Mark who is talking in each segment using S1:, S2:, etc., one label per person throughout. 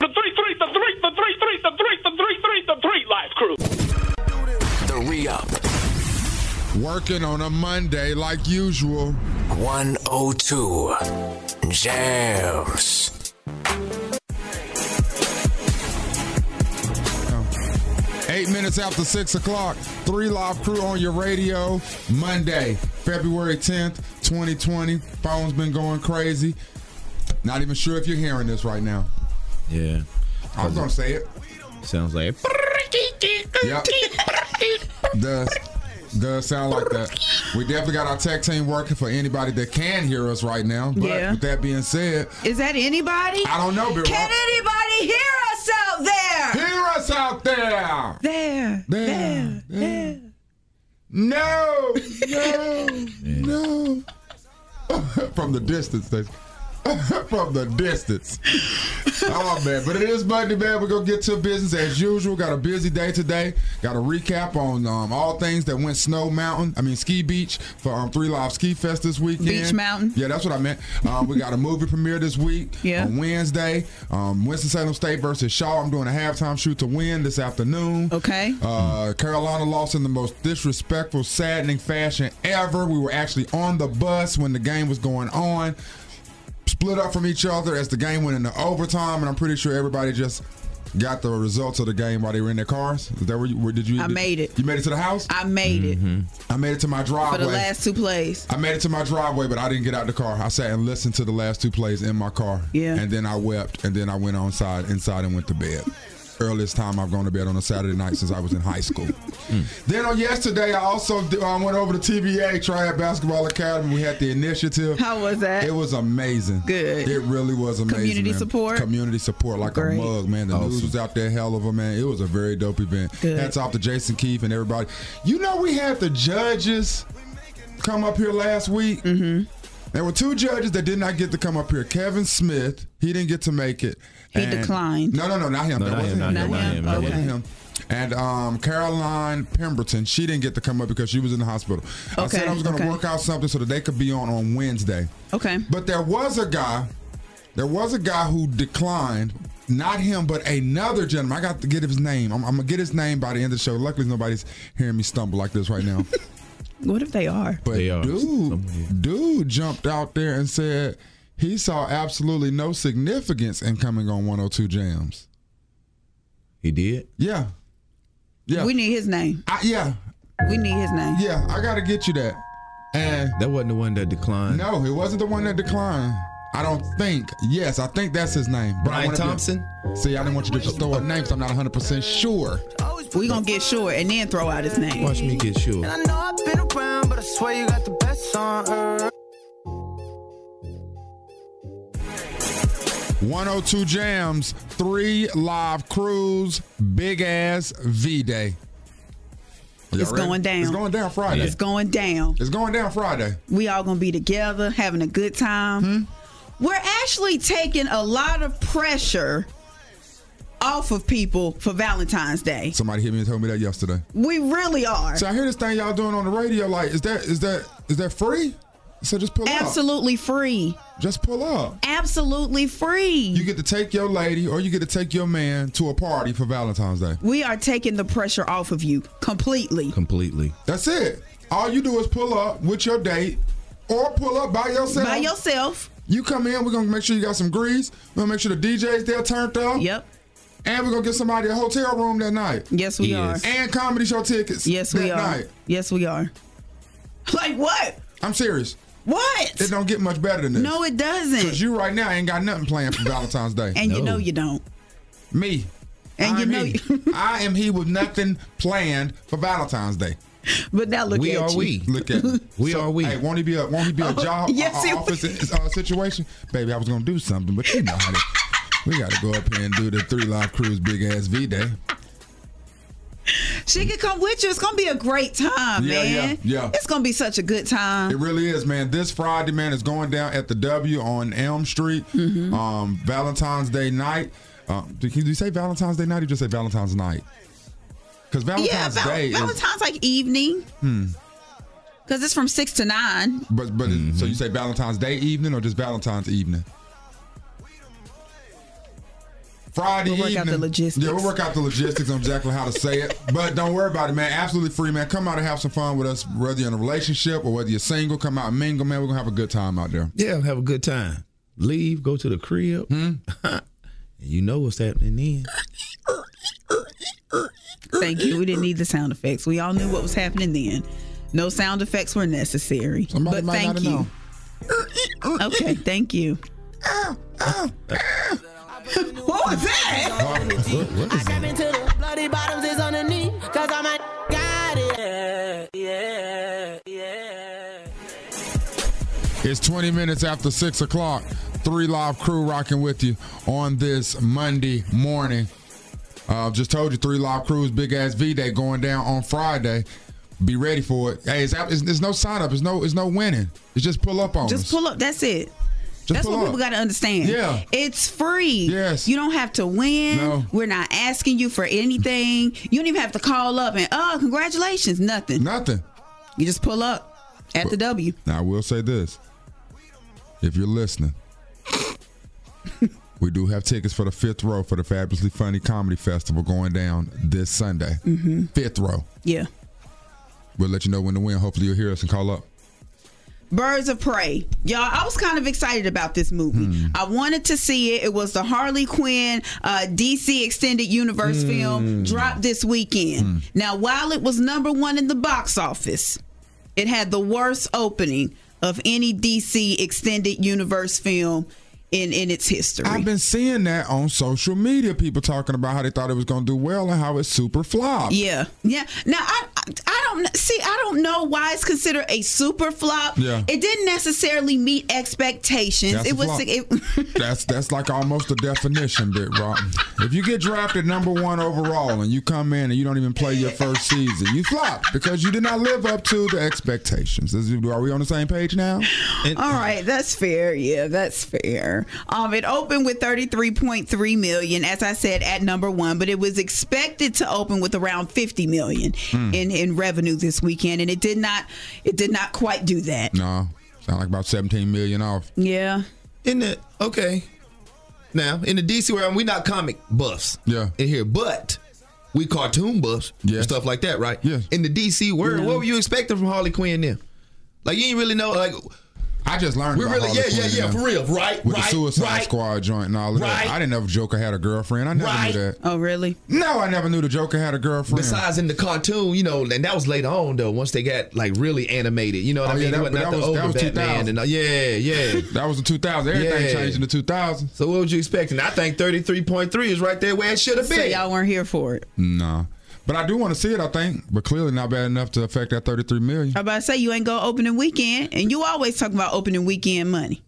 S1: The three, three, the three, the three, three, the three, the three, three, the three live crew.
S2: The re up
S3: Working on a Monday like usual.
S2: 102 Jams.
S3: 8 minutes after 6 o'clock, 3 Live Crew on your radio, Monday, February 10th, 2020. Phone's been going crazy. Not even sure if you're hearing this right now.
S4: Yeah.
S3: I was going to say it.
S4: Sounds like
S3: Yep. does, does sound like that. We definitely got our tech team working for anybody that can hear us right now. But
S5: Yeah.
S3: with that being said,
S5: Is that anybody?
S3: I don't know, Big
S5: Can
S3: Rock.
S5: anybody hear us out there?
S3: Hear us out there!
S5: There.
S3: There,
S5: There.
S3: there.
S5: There.
S3: No, no, no. From the distance, they- from the distance. Oh man, but it is Monday, man. We're gonna get to business as usual. Got a busy day today. Got a recap on um, all things that went Snow Mountain. I mean Ski Beach for um, Three Live Ski Fest this weekend.
S5: Beach Mountain.
S3: Yeah, that's what I meant. Um, we got a movie premiere this week
S5: Yeah.
S3: on Wednesday. Um, Winston Salem State versus Shaw. I'm doing a halftime shoot to win this afternoon.
S5: Okay.
S3: Uh, Carolina lost in the most disrespectful, saddening fashion ever. We were actually on the bus when the game was going on, split up from each other as the game went into overtime, and I'm pretty sure everybody just got the results of the game while they were in their cars. Is that where you where did you?
S5: I made it.
S3: You made it to the house. I,
S5: I made it
S3: mm-hmm. made it to my
S5: for
S3: driveway.
S5: the last two plays.
S3: I made it to my driveway, but I didn't get out the car. I sat and listened to the last two plays in my car.
S5: Yeah.
S3: And then I wept, and then I went on side inside and went to bed. Earliest time I've gone to bed on a Saturday night since I was in high school. Then on yesterday, I also d- I went over to TBA Triad Basketball Academy. We had the initiative.
S5: How was that?
S3: It was amazing.
S5: Good.
S3: It really was amazing.
S5: Community
S3: man.
S5: support?
S3: Community support like
S5: Great.
S3: a mug, man. The news was out there, hell of a man. It was a very dope event.
S5: Good.
S3: Hats off to Jason Keefe and everybody. You know, we had the judges come up here last week. Mm-hmm. There were two judges that did not get to come up here. Kevin Smith, he didn't get to make it.
S5: He declined.
S3: No, no, no, not him.
S4: No,
S3: that
S4: not him,
S3: wasn't him.
S4: not
S3: That
S5: him,
S3: wasn't
S5: not
S3: him.
S5: him,
S3: That
S5: not
S3: wasn't
S5: him.
S3: him. And um, Caroline Pemberton, she didn't get to come up because she was in the hospital. I said
S5: Okay,
S3: I was going to
S5: okay.
S3: work out something so that they could be on on Wednesday.
S5: Okay.
S3: But there was a guy, there was a guy who declined. Not him, but another gentleman. I got to get his name. I'm, I'm gonna get his name by the end of the show. Luckily, nobody's hearing me stumble like this right now.
S5: What if they are?
S3: But
S4: They are.
S3: dude, dude jumped out there and said he saw absolutely no significance in coming on 102 jams.
S4: He did?
S3: Yeah, yeah,
S5: We need his name.
S3: I, yeah,
S5: We need his name.
S3: yeah. I gotta get you that. And
S4: That wasn't the one that declined.
S3: no, it wasn't the one that declined. I don't think. Yes, I think that's his name. But I
S4: Brian
S3: wanna be-
S4: Thompson?
S3: See, I didn't want you to just throw a name, so I'm not 100 percent sure.
S5: We gonna get short and then throw out his name.
S4: Watch me get sure.
S6: I know I've been around, but I swear you got the best on earth.
S3: 102 jams, three live crews, big ass V Day.
S5: It's going down.
S3: It's going down Friday.
S5: It's going down.
S3: It's going down Friday.
S5: We all gonna be together, having a good time.
S3: Hmm?
S5: We're actually taking a lot of pressure off of people for Valentine's Day.
S3: Somebody hit me and told me that yesterday.
S5: We really are.
S3: So I hear this thing y'all doing on the radio. Like, is that is that is that free? So just pull up.
S5: Absolutely free.
S3: Just pull up.
S5: Absolutely
S3: You
S5: free.
S3: get to take your lady or you get to take your man to a party for Valentine's Day.
S5: We are taking the pressure off of you completely.
S4: Completely.
S3: That's it. All you do is pull up with your date or pull up by yourself.
S5: By yourself.
S3: You come in, we're gonna make sure you got some grease. We're gonna make sure the DJ's there turned up.
S5: Yep.
S3: And we're gonna get somebody a hotel room that night.
S5: Yes, we
S4: Yes.
S5: are.
S3: And comedy show tickets.
S5: Yes,
S3: that
S5: we are.
S3: Night.
S5: Yes, we are. Like what?
S3: I'm serious.
S5: What?
S3: It don't get much better than this.
S5: no, it
S3: Cause
S5: doesn't.
S3: you right now ain't got nothing planned for Valentine's Day.
S5: and you
S4: No.
S5: know you don't.
S3: Me.
S5: And
S3: I
S5: you
S3: am
S5: know,
S3: he. I am he with nothing planned for Valentine's Day.
S5: but now look
S4: We
S5: at
S4: are
S5: you.
S4: we.
S3: Look at me.
S4: We are we.
S3: Hey, won't he be a won't he be a job
S5: Oh, yes,
S3: a- a
S5: he
S3: office
S5: will.
S3: uh, situation? Baby, I was gonna do something, but you know how to We got to go up here and do the Three Live Cruise Big Ass V Day.
S5: She can come with you. It's gonna be a great time,
S3: Yeah, yeah,
S5: man.
S3: yeah.
S5: It's gonna be such a good time.
S3: It really is, man. This Friday, man, is going down at the W on Elm Street.
S5: Mm-hmm.
S3: Um, Valentine's Day night. Um, did you say Valentine's Day night? Or you just say Valentine's night? Because
S5: yeah,
S3: Valentine's
S5: Val-
S3: Day is.
S5: Valentine's like evening. Hmm. Cause it's from six to nine.
S3: But but it- so you say Valentine's Day evening or just Valentine's evening? Friday
S5: We'll work
S3: evening.
S5: out the logistics.
S3: Yeah, we'll work out the logistics on exactly how to say it. But don't worry about it, man. Absolutely free, man. Come out and have some fun with us, whether you're in a relationship or whether you're single. Come out and mingle, man. We're gonna have a good time out there.
S4: Yeah, have a good time. Leave, go to the crib. and you know what's happening then.
S5: Thank you. We didn't need the sound effects. We all knew what was happening then. No sound effects were necessary.
S3: Somebody
S5: but
S3: might
S5: thank
S3: not
S5: you.
S3: know.
S5: Okay, thank you. what was that?
S3: What- what is that?
S7: into the bloody bottoms is underneath. Cause I'm a got it. Yeah, yeah.
S3: It's 20 minutes after 6 o'clock. Three Live Crew rocking with you on this Monday morning. Uh, just told you, Three Live Crew's Big Ass V Day going down on Friday. Be ready for it. Hey, it's, it's, there's no sign up. It's no, it's no winning. It's just pull up on
S5: Just
S3: us.
S5: pull up. That's it.
S3: Just
S5: That's
S3: pull
S5: what
S3: up.
S5: people got to understand.
S3: Yeah.
S5: It's free.
S3: Yes.
S5: You don't have to win.
S3: No.
S5: We're not asking you for anything. You don't even have to call up and, oh, congratulations. Nothing.
S3: Nothing.
S5: You just pull up at the W.
S3: Now, I will say this. If you're listening, we do have tickets for the fifth row for the Fabulously Funny Comedy Festival going down this Sunday. Mm-hmm. Fifth row.
S5: Yeah.
S3: We'll let you know when to win. Hopefully, you'll hear us and call up.
S5: Birds of Prey. Y'all, I was kind of excited about this
S3: Hmm.
S5: movie. I wanted to see it. It was the Harley Quinn uh, DC Extended Universe
S3: Hmm.
S5: film dropped this weekend. Now, while it was number one in the box office, it had the worst opening of any DC Extended Universe film in, in its history.
S3: I've been seeing that on social media. People talking about how they thought it was going to do well and how it's super flop.
S5: Yeah, yeah. Now I, I- I don't see. I don't know why it's considered a super flop.
S3: Yeah.
S5: it didn't necessarily meet expectations.
S3: That's
S5: it
S3: a
S5: was.
S3: flop.
S5: It,
S3: That's that's like almost the definition, bit rock. If you get drafted number one overall and you come in and you don't even play your first season, you flop because you did not live up to the expectations. Is- Are we on the same page now?
S5: All right, that's fair. Yeah, that's fair. Um, it opened with 33.3 million, as I said, at number one, but it was expected to open with around 50 million in, in revenue this weekend, and it did not. It did not quite do that.
S3: No, sound like about seventeen million off.
S5: Yeah.
S4: In the okay. Now, in the DC realm, we not comic buffs.
S3: Yeah.
S4: In here, but we cartoon buffs
S3: Yes.
S4: and stuff like that, right?
S3: Yes.
S4: In the DC world, what were you expecting from Harley Quinn then? Like you ain't really know like
S3: I just learned.
S4: we
S3: about
S4: really
S3: Harley
S4: yeah, yeah,
S3: Quinn,
S4: yeah,
S3: man,
S4: for real, right?
S3: With
S4: right,
S3: the Suicide
S4: right.
S3: Squad joint and all of that.
S4: Right.
S3: I didn't know if Joker had a girlfriend. I never
S4: Right.
S3: knew that.
S5: Oh, really?
S3: No, I never knew the Joker had a girlfriend.
S4: Besides in the cartoon, you know, and that was later on though. Once they got like really animated, you know what
S3: Oh,
S4: I mean?
S3: yeah,
S4: It
S3: that-
S4: wasn't
S3: but that
S4: not the
S3: was- that
S4: older
S3: was
S4: Batman,
S3: 2000.
S4: and all- yeah, yeah.
S3: that was in 2000. Everything
S4: Yeah.
S3: changed in the 2000s.
S4: so what would you expect? And I think thirty three point three is right there where it should have
S5: So
S4: been.
S5: y'all weren't here for it.
S3: Nah. But I do want to see it, I think. But clearly not bad enough to affect that 33 million.
S5: I'm about to say you ain't go opening weekend, and you always talking about opening weekend money.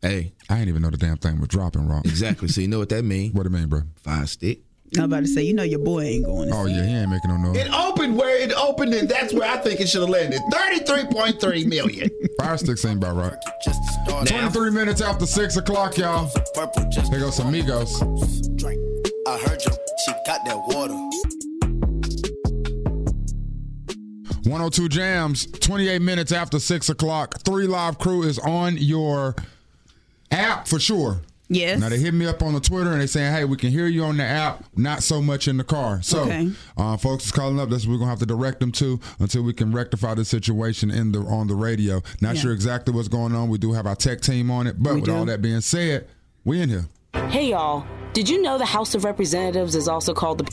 S4: hey,
S3: I didn't even know the damn thing was dropping wrong.
S4: exactly. So you know what that means?
S3: What do you mean, bro?
S4: Five stick.
S5: I'm about to say you know your boy ain't going.
S3: Oh, yeah, he ain't making no noise.
S4: It opened where it opened, and that's where I think it should have landed. Thirty-three point three million.
S3: Fire sticks ain't about right.
S6: Just to start.
S3: 23 minutes after 6 o'clock, y'all.
S6: Purple just
S3: Here goes some Migos.
S6: drink. I heard you. She got that water.
S3: 102 Jams, 28 minutes after 6 o'clock. Three Live Crew is on your app for sure.
S5: Yes.
S3: Now they hit me up on the Twitter and they saying, "Hey, we can hear you on the app, not so much in the car." So,
S5: Okay.
S3: uh, folks is calling up. That's what we're gonna have to direct them to until we can rectify the situation in the on the radio. Not
S5: Yeah.
S3: sure exactly what's going on. We do have our tech team on it, but with
S5: do.
S3: all that being said, we in here.
S8: Hey y'all, did you know the House of Representatives is also called the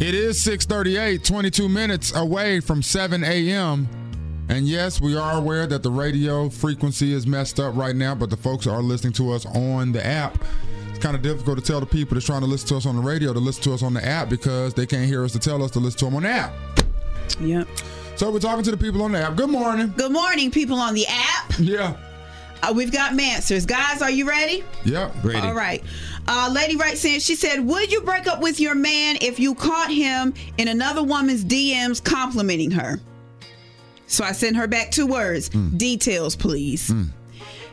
S3: It is 638, 22 minutes away from 7 a.m. And yes, we are aware that the radio frequency is messed up right now, but the folks are listening to us on the app. It's kind of difficult to tell the people that's trying to listen to us on the radio to listen to us on the app because they can't hear us to tell us to listen to them on the app.
S5: Yep.
S3: So we're talking to the people on the app. Good morning.
S5: Good morning, people on the app.
S3: Yeah.
S5: Uh, we've got Mansers. Guys, are you ready?
S3: Yep.
S4: Ready.
S5: All right. Uh, Lady writes in, she said, Would you break up with your man if you caught him in another woman's DMs complimenting her? So I sent her back two words details, please.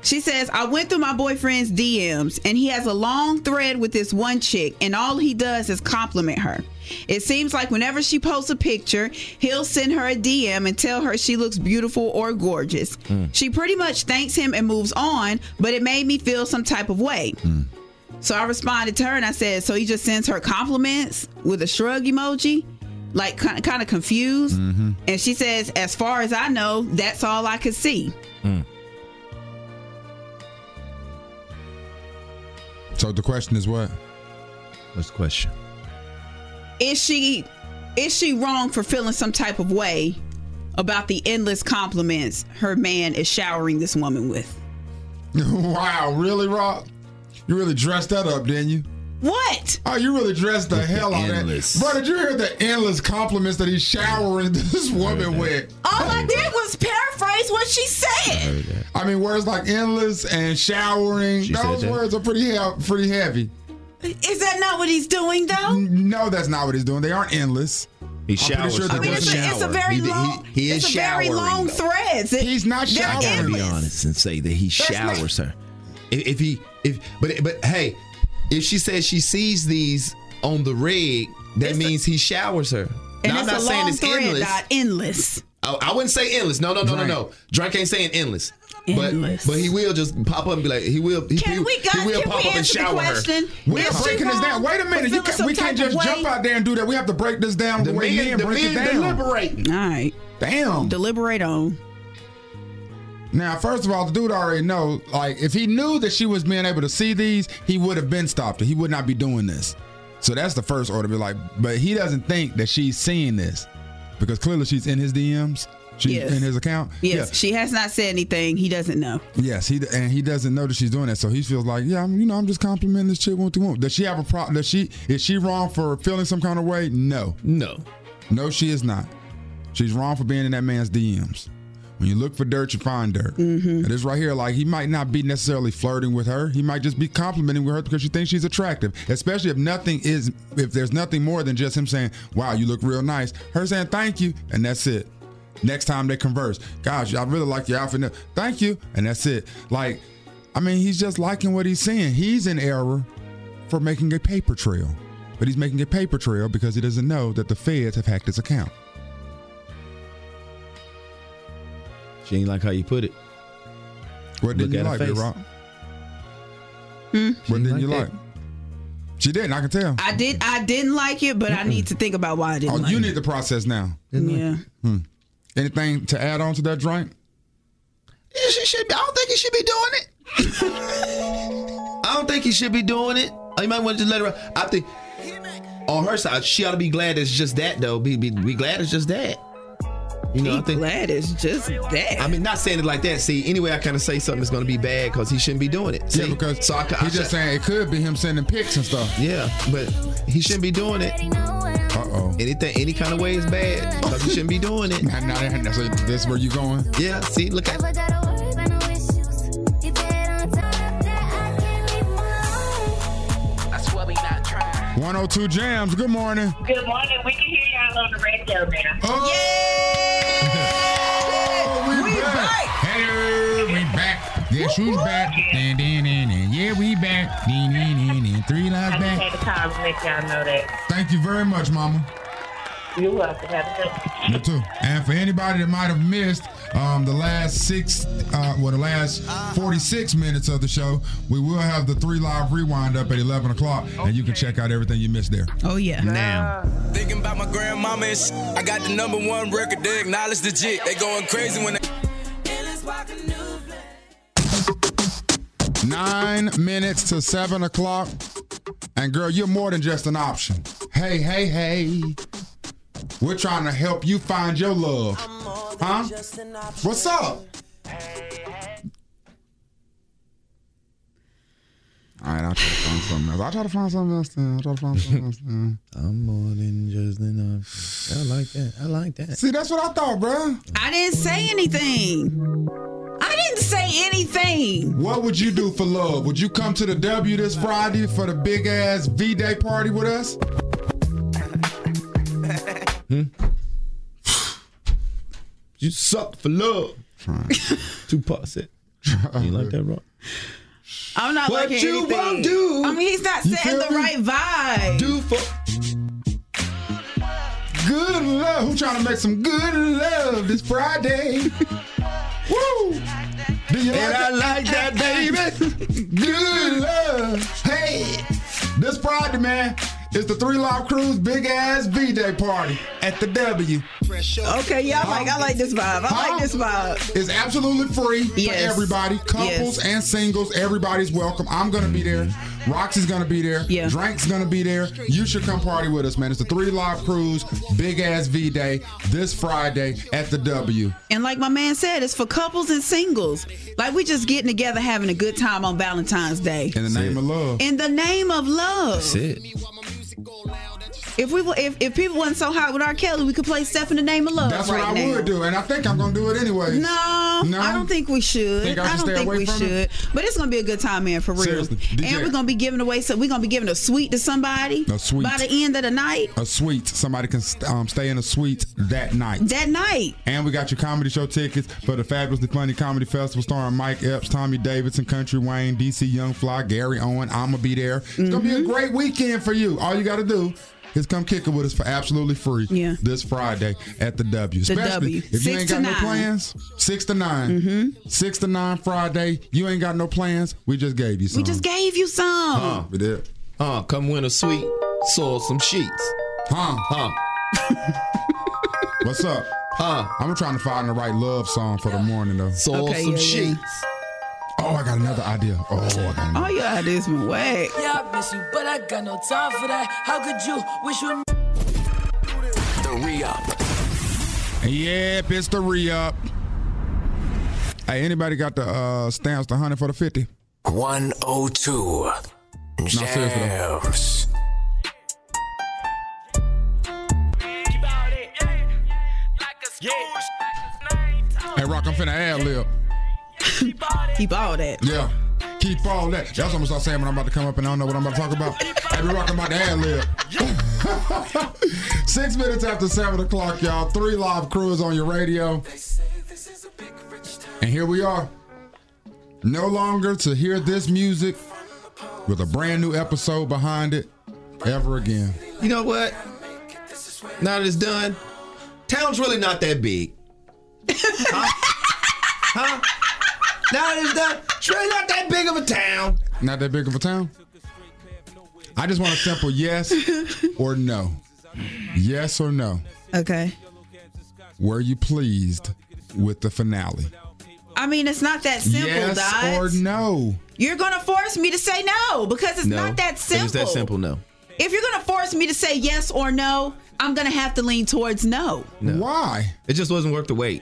S5: She says, I went through my boyfriend's DMs and he has a long thread with this one chick, and all he does is compliment her. It seems like whenever she posts a picture, he'll send her a DM and tell her she looks beautiful or gorgeous. She pretty much thanks him and moves on, but it made me feel some type of way. So I responded to her and I said, So he just sends her compliments with a shrug emoji? Like kind of, kind of confused.
S4: Mm-hmm.
S5: And she says, As far as I know, that's all I could see.
S3: So the question is what?
S4: What's the question?
S5: is she is she wrong for feeling some type of way about the endless compliments her man is showering this woman with?
S3: wow, really, Rob? You really dressed that up, didn't you?
S5: What?
S3: Oh, you really dressed the hell out of
S4: endless.
S3: that. Bro, did you hear the endless compliments that he's showering this woman with?
S5: All I did was paraphrase what she said.
S4: Heard that.
S3: I mean, words like endless and showering,
S4: She said
S3: those
S4: that?
S3: words are pretty, he- pretty heavy.
S5: Is that not what he's doing though?
S3: No, that's not what he's doing. They aren't endless.
S4: He
S3: pretty
S4: showers.
S3: sure
S4: Sure
S3: that
S5: I mean, it's a, it's a very long,
S4: He, he is
S5: it's a
S4: showering.
S5: very long
S4: though.
S5: threads. It-
S3: He's not
S5: they're
S3: showering.
S4: I gotta be
S5: endless.
S4: honest and say that he
S3: not-
S4: showers her. If, if he, if but but hey, if she says she sees these on the rig, that means he showers her.
S5: And
S4: now I'm
S5: it's
S4: not
S5: a
S4: saying
S5: long
S4: it's
S5: thread,
S4: endless.
S5: not endless.
S4: I, I wouldn't say endless. No, no, no, no, no. Drake ain't saying endless.
S5: Endless.
S4: But but he will just pop up and be like he will he,
S5: Can
S4: he,
S5: we
S4: he
S5: got-
S4: will
S5: can
S4: pop
S5: we
S4: up and
S5: answer the
S4: shower her.
S5: question?
S3: We're
S5: Is she
S3: breaking this
S5: wrong
S3: down. Wait a
S5: for
S3: minute. You
S5: feeling
S3: can,
S5: some
S3: we
S5: type
S3: can't just
S5: of way?
S3: jump out there and do that. We have to break this down the,
S4: The
S3: way men
S4: men, the
S3: break it
S4: men
S3: down.
S4: deliberate.
S5: All right,
S3: Damn.
S5: deliberate on.
S3: Now, first of all, the dude already know. Like, if he knew that she was being able to see these, he would have been stopped. He would not be doing this. So that's the first order. Be like, but he doesn't think that she's seeing this because clearly she's in his DMs. She's
S5: Yes.
S3: in his account.
S5: Yes,
S3: Yeah.
S5: she has not said anything. He doesn't know.
S3: Yes, he and he doesn't know that she's doing that, so he feels like, yeah, I'm, you know, I'm just complimenting this chick one to one. Does she have a problem? Does she is she wrong for feeling some kind of way? No,
S4: No.
S3: no, she is not. She's wrong for being in that man's DMs. When you look for dirt, you find dirt. And this right here, like he might not be necessarily flirting with her. He might just be complimenting with her because she thinks she's attractive. Especially if nothing is, if there's nothing more than just him saying, "Wow, you look real nice." Her saying, "Thank you," and that's it. Next time they converse, gosh, I really like your outfit. Thank you, and that's it. Like, I mean, he's just liking what he's seeing. He's in error for making a paper trail, but he's making a paper trail because he doesn't know that the feds have hacked his account.
S4: She ain't like how you put it.
S3: What didn't
S4: Look
S3: you
S4: at her
S3: like, Big
S4: face.
S3: Rock?
S4: Hmm?
S3: What didn't
S4: like
S3: you
S4: that.
S3: like? She didn't. I can tell.
S5: I did. I didn't like it, but I need to think about why I didn't
S3: oh,
S5: like
S3: you need the process now.
S5: it. Yeah.
S3: Anything to add on to that drink?
S4: Yeah, she should be. I don't think he should be doing it. I don't think he should be doing it. Oh, You might want to just let her. I think on her side, she ought to be glad it's just that though. Be be, be glad it's just that. You know, I
S5: Be
S4: think.
S5: glad it's just that.
S4: I mean, not saying it like that. See, anyway, I kind of say something is going to be bad because he shouldn't be doing it. See?
S3: yeah, because
S4: so I, ca- I
S3: he's just
S4: should-
S3: saying it could be him sending pics and stuff.
S4: Yeah, but he shouldn't be doing it.
S3: Uh oh.
S4: Anything, any kind of way is bad. Like, he shouldn't be doing it.
S3: Now, now, now, so this where you going?
S4: Yeah, see, look at.
S7: That's what we not trying.
S3: 102 jams. Good morning.
S9: Good morning. We can hear y'all on the radio now.
S3: Oh,
S5: we back.
S3: Hello, we back. Guess who's back? Dun, dun, dun, dun. Yeah, we back. Dun, dun, dun, dun. Three
S9: I just
S3: lines
S9: had
S3: back.
S9: to call and let y'all know that.
S3: Thank you very much, Mama.
S9: You're welcome. Have a good
S3: Me too. And for anybody that might have missed um, the last six, uh, well, the last 46 minutes of the show, we will have the three live rewind up at 11 o'clock, and you can check out everything you missed there.
S5: Oh yeah.
S4: Now,
S6: Thinking about my grandmama and sh- I got the number one record, they acknowledge the jit. They going crazy when they.
S3: Nine minutes to seven o'clock, and girl, you're more than just an option. Hey, hey, hey. We're trying to help you find your love. Huh? What's up? All right, I'll try to find something else. I'll try to find something else then. I'll try to find something else then.
S4: I'm more than just enough. I like that. I like that.
S3: See, that's what I thought, bruh.
S5: I didn't say anything. I didn't say anything.
S3: What would you do for love? Would you come to the W this Friday for the big ass V Day party with us?
S4: You suck for love. Tupac said. You like that, bro?
S5: I'm not
S4: What
S5: liking
S4: you
S5: anything.
S4: won't do.
S5: I mean, he's not
S3: You
S5: setting
S3: feel
S5: the
S3: me?
S5: right vibe.
S4: Do for
S3: Good love. Who trying to make some good love this Friday? Woo! Do you
S4: and I
S3: like
S4: like that, baby.
S3: it? Good love. Hey, this Friday, man, it's the Three Live Crew's big ass V Day party at the W.
S5: Okay, yeah, I like I like this vibe. I
S3: Huh?
S5: like this vibe.
S3: It's absolutely free
S5: Yes.
S3: for everybody, couples
S5: Yes.
S3: and singles. Everybody's welcome. I'm gonna be there. Roxy's gonna be there.
S5: Yeah.
S3: Drank's gonna be there. You should come party with us, man. It's the Three Live Cruise Big Ass V Day this Friday at the W.
S5: And like my man said, it's for couples and singles. Like we just getting together, having a good time on Valentine's Day.
S3: In the name of love.
S5: In the name of love.
S4: That's it.
S5: If we were, if, if people wasn't so hot with R. Kelly, we could play Steph in the name of love.
S3: That's
S5: right
S3: what I
S5: now.
S3: would do, and I think I'm gonna do it anyway.
S5: No,
S3: No?
S5: I don't think we should.
S3: Think I should
S5: I,
S3: stay
S5: don't think
S3: away
S5: we
S3: from
S5: should.
S3: it?
S5: But it's gonna be a good time, man, for real.
S3: Seriously, DJ.
S5: And we're gonna be giving away. So we're gonna be giving a sweet to somebody.
S3: A sweet.
S5: by the end of the night.
S3: A suite. Somebody can um, stay in a suite that night.
S5: That night.
S3: And we got your comedy show tickets for the Fabulously Funny Comedy Festival starring Mike Epps, Tommy Davidson, Country Wayne, DC Young Fly, Gary Owen. I'ma be there. It's gonna be a
S5: Mm-hmm.
S3: great weekend for you. All you gotta do is come kick it with us for absolutely free
S5: Yeah.
S3: this Friday at the W.
S5: The
S3: Especially
S5: W.
S3: if you
S5: Six
S3: ain't
S5: to
S3: got no
S5: nine. Mm-hmm.
S3: plans, six to 9 Six to nine Friday. You ain't got no plans. We just gave you some.
S5: We just gave you some.
S3: Huh. We did.
S4: Uh, come win a sweet, soil some sheets.
S3: Huh.
S4: Huh?
S3: What's up?
S4: Huh?
S3: I'm trying to find the right love song for the morning though.
S4: Soil
S5: Okay,
S4: some
S5: yeah, yeah.
S4: sheets.
S3: Oh, I got another idea. Oh, I got another
S5: Oh, you out of this one. Wait.
S10: Yeah, I miss you, but I got no time for that. How could you wish you
S2: The re up.
S3: Yep, it's the re-up. Hey, anybody got the uh stamps, the hundred for the fifty?
S2: 102.
S3: seriously, though.
S2: Jams.
S3: Hey, Rock, I'm finna ad lib.
S5: Keep all that.
S3: Yeah, keep all that. That's what I'm gonna start saying when I'm about to come up and I don't know what I'm about to talk about. Hey, we Rock, I'm about to ad lib. Six minutes after seven o'clock, y'all. Three live crews on your radio, and here we are. No longer to hear this music with a brand new episode behind it ever again.
S4: You know what? Now that it's done, town's really not that big. huh? huh? Now that it's done, it's really not that big of a town.
S3: Not that big of a town. I just want a simple yes or no. Yes or no.
S5: Okay.
S3: Were you pleased with the finale?
S5: I mean, it's not that simple,
S3: yes
S5: Dodds.
S3: or no.
S5: You're gonna force me to say no because it's not that simple.
S4: It was that simple. No.
S5: If you're gonna force me to say yes or no, I'm gonna have to lean towards no.
S3: Why?
S4: It just wasn't worth the wait.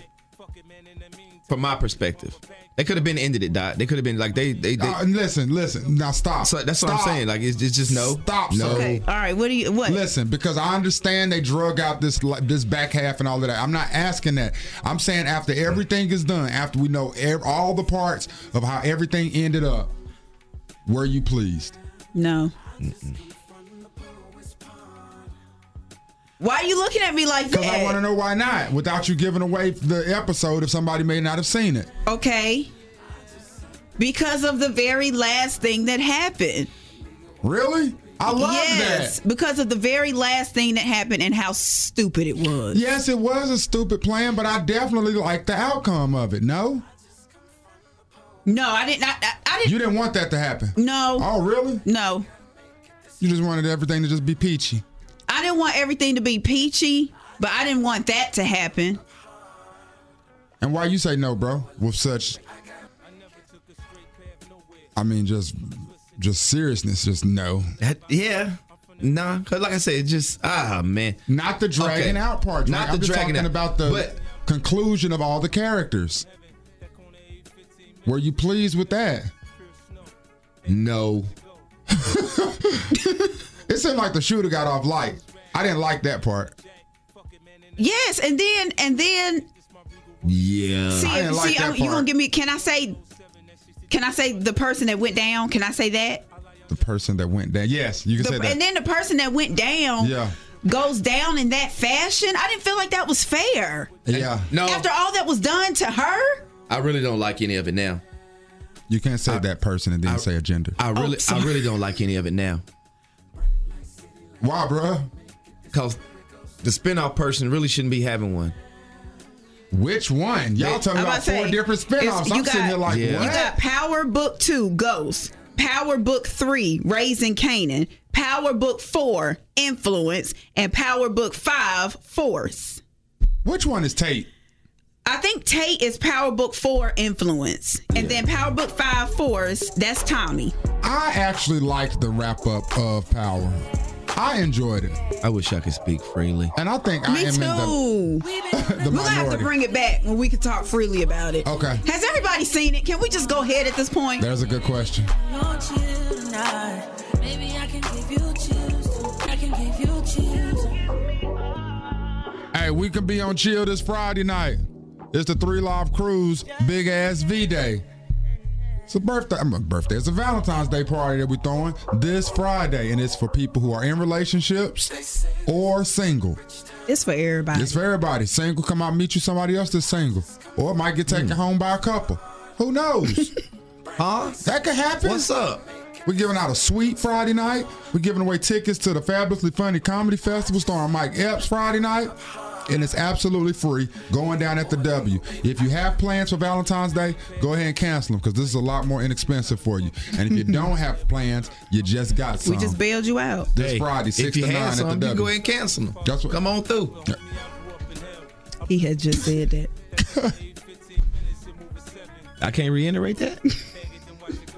S4: From my perspective, they could have been ended it. Dot. They could have been like they they. they
S3: Uh, listen, listen. Now stop.
S4: so that's what I'm
S3: Stop.
S4: saying. Like it's, it's just no.
S3: Stop,
S4: No.
S3: sir.
S5: Okay. All right. What do you? What?
S3: Listen, because I understand they drug out this li- this back half and all of that. I'm not asking that. I'm saying after everything is done, after we know ev- all the parts of how everything ended up, were you pleased?
S5: No. Why are you looking at me like
S3: Because I want to
S5: that?
S3: know why not. Without you giving away the episode if somebody may not have seen it.
S5: Okay. Because of the very last thing that happened.
S3: Really? I love
S5: yes,
S3: that.
S5: because of the very last thing that happened and how stupid it was.
S3: Yes, it was a stupid plan, but I definitely like the outcome of it. No?
S5: No, I didn't. I, I, I didn't.
S3: You didn't want that to happen.
S5: no.
S3: Oh, really?
S5: No.
S3: You just wanted everything to just be peachy.
S5: I didn't want everything to be peachy, but I didn't want that to happen.
S3: And why you say no, bro? With such I mean just just seriousness, just no.
S4: That- yeah. Nah. Cause like I said, it just ah man.
S3: Not the dragging
S4: Okay.
S3: out part.
S4: Not
S3: Drake.
S4: the
S3: I'm just
S4: dragging
S3: talking
S4: out.
S3: about the
S4: But-
S3: conclusion of all the characters. Were you pleased with that?
S4: No.
S3: It seemed like the shooter got off light. I didn't like that part.
S5: Yes, and then and then
S4: Yeah.
S5: see,
S3: Uh, I didn't
S5: see,
S3: like that
S5: I'm- you
S3: part.
S5: gonna give me? Can I say Can I say the person that went down? Can I say that?
S3: The person that went down. Yes, you can
S5: The-
S3: say that.
S5: and then the person that went down
S3: yeah.
S5: goes down in that fashion. I didn't feel like that was fair.
S3: Yeah.
S4: No.
S5: After all that was done to her,
S4: I really don't like any of it now.
S3: You can't say that person and then say a gender.
S4: I really, I really don't like any of it now.
S3: Why, bro?
S4: Cause the spinoff person really shouldn't be having one.
S3: Which one? Y'all talking
S5: I'm
S3: about,
S5: about to
S3: four
S5: say,
S3: different spinoffs.
S5: it's-
S3: I'm
S5: you got-
S3: sitting here like,
S4: Yeah.
S5: you
S3: what?
S5: got Power Book 2 Ghost, Power Book 3 Raising Canaan, Power Book 4 Influence, and Power Book 5 Force.
S3: Which one is Tate?
S5: I think Tate is Power Book 4 Influence, and then Power Book 5 Force, that's Tommy.
S3: I actually liked the wrap up of Power. I enjoyed it,
S4: I wish I could speak freely.
S3: and I think I
S5: Me
S3: am in
S5: too.
S3: the, the
S5: We'll have to
S3: minority.
S5: bring it back when we can talk freely about it.
S3: Okay.
S5: Has everybody seen it? Can we just go ahead at this point?
S3: There's a good question.
S10: want you tonight. Maybe I can give you chills. I can give you chills.
S3: Hey, we can be on chill this Friday night. It's the Three Live Cruise Big Ass V Day. It's a birthday. I'm a birthday. It's a Valentine's Day party that we're throwing this Friday, and it's for people who are in relationships or single.
S5: It's for everybody.
S3: It's for everybody. Single, come out meet you somebody else that's single, or it might get taken home by a couple. Who knows?
S4: Hmm. Huh?
S3: That could happen.
S4: What's up?
S3: We're giving out a sweet Friday night. We're giving away tickets to the Fabulously Funny Comedy Festival starring Mike Epps Friday night. And it's absolutely free going down at the W. If you have plans for Valentine's Day, go ahead and cancel them because this is a lot more inexpensive for you. And if you don't have plans, you just got some.
S5: we just bailed you out.
S3: this Friday, 6
S4: if you
S3: to 9
S4: had
S3: at the
S4: some, you
S3: W.
S4: go ahead and cancel them.
S3: That's what-
S4: Come on through.
S5: He had just said that.
S4: I can't reiterate that.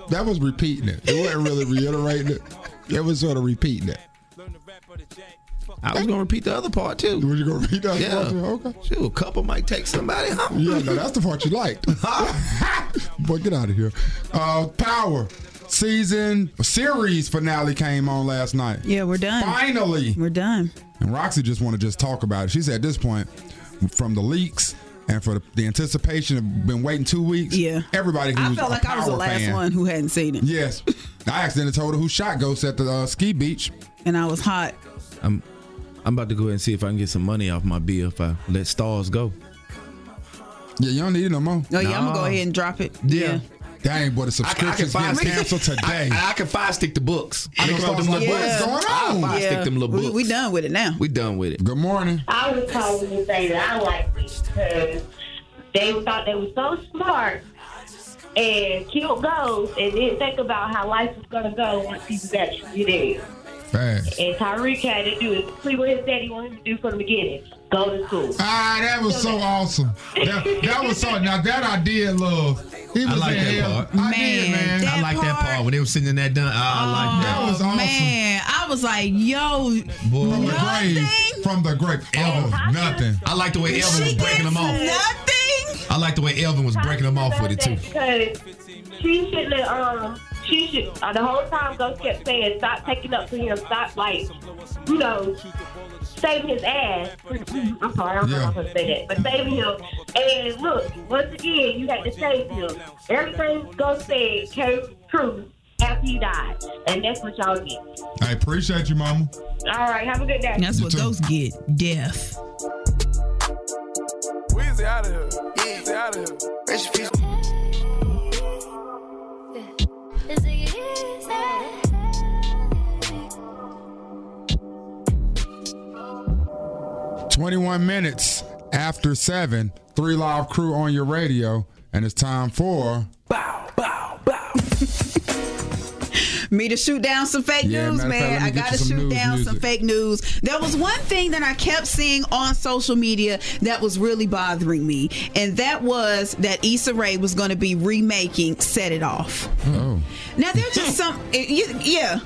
S3: That was repeating it. It wasn't really reiterating it. It was sort of repeating it.
S4: I was gonna repeat the other part too.
S3: Were you going to read that?
S4: Yeah.
S3: Okay.
S4: Shoot, a couple might take somebody home.
S3: Yeah, no, that's the part you liked. Boy, get out of here. Uh, Power season series finale came on last night.
S5: Yeah, we're done.
S3: Finally,
S5: We're done.
S3: and Roxy just want to just talk about it. She said at this point, from the leaks and for the, the anticipation, of been waiting two weeks.
S5: Yeah.
S3: everybody. Who
S5: I
S3: was
S5: felt
S3: a
S5: like I was the
S3: Power
S5: last
S3: fan-
S5: one who hadn't seen it.
S3: Yes, I accidentally told her who shot Ghost at the uh, ski beach.
S5: And I was hot.
S4: I'm, I'm about to go ahead and see if I can get some money off my bill if I let stars go.
S3: Yeah, you don't need it no more.
S5: Oh, yeah, I'm going to
S4: Nah.
S5: go ahead and drop it.
S4: Yeah.
S3: Dang, boy, the
S4: I can- I can
S3: subscription's
S4: find-
S3: getting canceled today.
S4: I, I can fire stick the books.
S3: I can
S4: Look
S3: find
S4: at them
S3: some
S4: little
S3: books.
S4: books.
S3: What's going
S4: I'll
S3: on?
S4: fire stick them little
S5: we,
S4: books.
S5: we done with it now.
S4: We done with it.
S3: Good morning.
S9: I was calling to say that I like because they thought they were so smart and killed ghosts and didn't think about how life was going to go once he was actually there.
S3: Fast.
S9: And Tyreek had to do exactly what his daddy wanted him to do from the beginning go to school.
S3: Ah, that was so awesome. That, that was so. Now that I did love. He was
S4: like
S3: in
S4: that
S3: hell.
S4: part.
S3: I
S5: Man,
S3: did, man.
S5: that-
S4: I like that part when they were sitting in that dun. I like that.
S11: Oh.
S3: that was awesome.
S5: Man, I was like, yo,
S4: Boy,
S3: From the
S5: Nothing?
S3: grave, from the grave,
S4: Elvis.
S3: oh, nothing.
S4: I like the way Elvin was
S5: she
S4: breaking
S5: did
S4: them off.
S5: nothing.
S4: I like the way Elvin was breaking them off with it too.
S9: Because she shouldn't have, um, she should, uh, the whole time Ghost kept saying, stop taking up for him, stop, like, you know, saving his ass. I'm sorry, I don't know if I'm going to say that, but saving him. And look, once again, you had to save him. Everything Ghost said came true after he died. And that's what y'all get.
S3: I appreciate you, Mama.
S9: All right, have a good day.
S5: That's
S3: You
S5: what
S3: too.
S5: those get. Death.
S6: Weezy out of here. Weezy out of here.
S2: Rest in peace.
S12: Is it easy?
S3: 21 minutes after seven, three live crew on your radio, and it's time for
S5: me to shoot down some fake
S3: Yeah,
S5: news,
S3: matter
S5: man.
S3: of fact, let me
S5: I
S3: get you
S5: gotta
S3: some
S5: shoot
S3: news
S5: down some
S3: music.
S5: fake news. There was one thing that I kept seeing on social media that was really bothering me, and that was that Issa Rae was going to be remaking "Set It Off."
S3: oh,
S5: Now there's just some, it- you, yeah.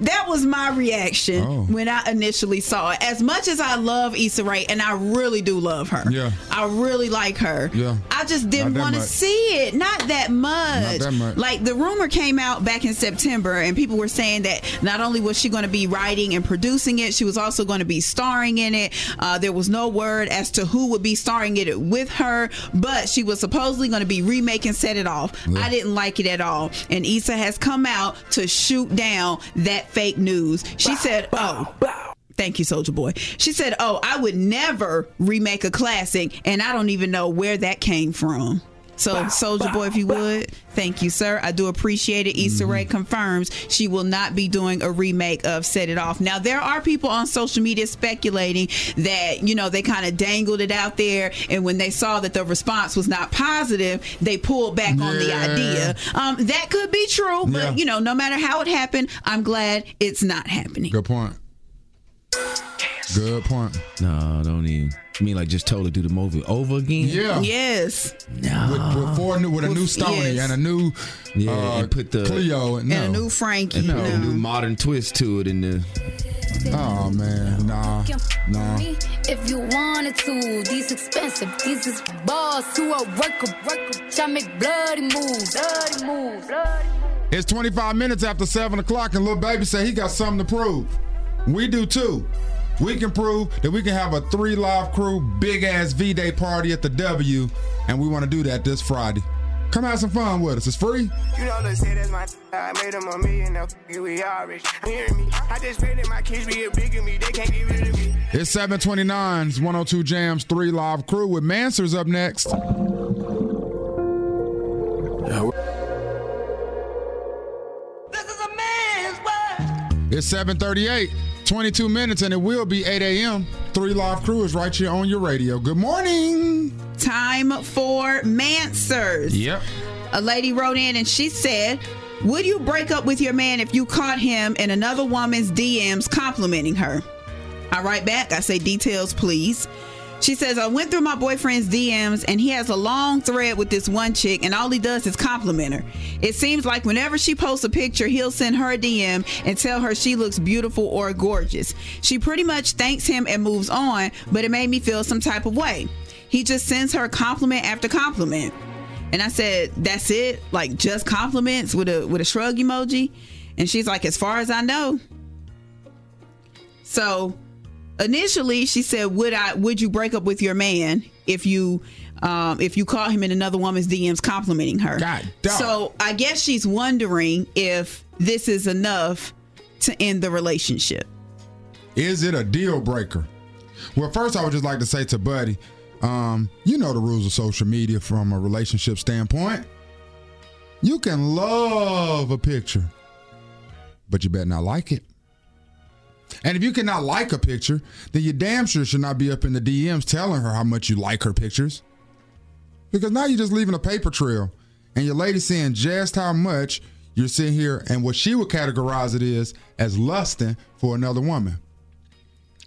S5: that was my reaction
S3: Oh.
S5: when I initially saw it. As much as I love Issa Rae, and I really do love her.
S3: Yeah.
S5: I really like her.
S3: Yeah.
S5: I just didn't
S3: Not that
S5: want to
S3: much.
S5: see it. Not that much.
S3: that much.
S5: Like the rumor came out back in September, and people were saying that not only was she going to be writing and producing it, she was also going to be starring in it. Uh, there was no word as to who would be starring in it with her, but she was supposedly going to be remaking Set It Off. I didn't like it at all. And Issa has come out to shoot down that fake news. She said, Oh. Thank you, Soldier Boy. She said, Oh, I would never remake a classic, and I don't even know where that came from. So, Soldier Boy, if you would, thank you, sir. I do appreciate it. Issa Rae confirms she will not be doing a remake of Set It Off. Now, there are people on social media speculating that, you know, they kind of dangled it out there, and when they saw that the response was not positive, they pulled back on the
S13: Yeah.
S5: idea. Um, that could be true, but,
S3: Yeah.
S5: you know, no matter how it happened, I'm glad it's not happening.
S3: Good point. Good point.
S11: No, don't even. You mean like just totally do the movie over again?
S3: Yeah.
S5: Yes.
S3: With, with four new, with a new Stony
S5: yes.
S3: and a new
S11: Yeah,
S3: uh,
S11: and put the
S3: Cleo and, no.
S5: Frankie.
S11: And put a new modern twist to it in the.
S3: Oh man, nah,
S11: nah.
S12: If you wanted to, these expensive, these is balls to a worker, worker. I make bloody moves, bloody moves, bloody
S3: It's 25 minutes after 7 o'clock, and little baby said he got something to prove. We do too. We can prove that we can have a three live crew, big ass V Day party at the W, and we want to do that this Friday. Come have some fun with us. It's free.
S14: You know, look, say that's my. I made him a million, now f- you, we all rich. You hear me? I just pray that my kids be a big of me, they can't get rid of me.
S3: It's 729, it's 102 Jams, three live crew with Mansers up next. It's 738, 22 minutes, and it will be 8 a.m. Three live crew is right here on your radio. Good morning.
S5: Time for Mansers.
S3: Yep.
S5: A lady wrote in and she said, Would you break up with your man if you caught him in another woman's DMs complimenting her? I write back, I say, Details, please. She says, I went through my boyfriend's DMs and he has a long thread with this one chick, and all he does is compliment her. It seems like whenever she posts a picture, he'll send her a DM and tell her she looks beautiful or gorgeous. She pretty much thanks him and moves on, but it made me feel some type of way. He just sends her compliment after compliment. And I said, "That's it? Like just compliments with a with a shrug emoji?" And she's like, "As far as I know." So, initially she said, "Would I would you break up with your man if you um, if you caught him in another woman's DMs complimenting her?" God.
S15: dog.
S5: So, I guess she's wondering if this is enough to end the relationship.
S3: Is it a deal breaker? Well, first, I would just like to say to Buddy, um, you know the rules of social media from a relationship standpoint. You can love a picture, but you better not like it. And if you cannot like a picture, then you damn sure should not be up in the DMs telling her how much you like her pictures. Because now you're just leaving a paper trail and your lady seeing just how much you're sitting here and what she would categorize it is as lusting for another woman.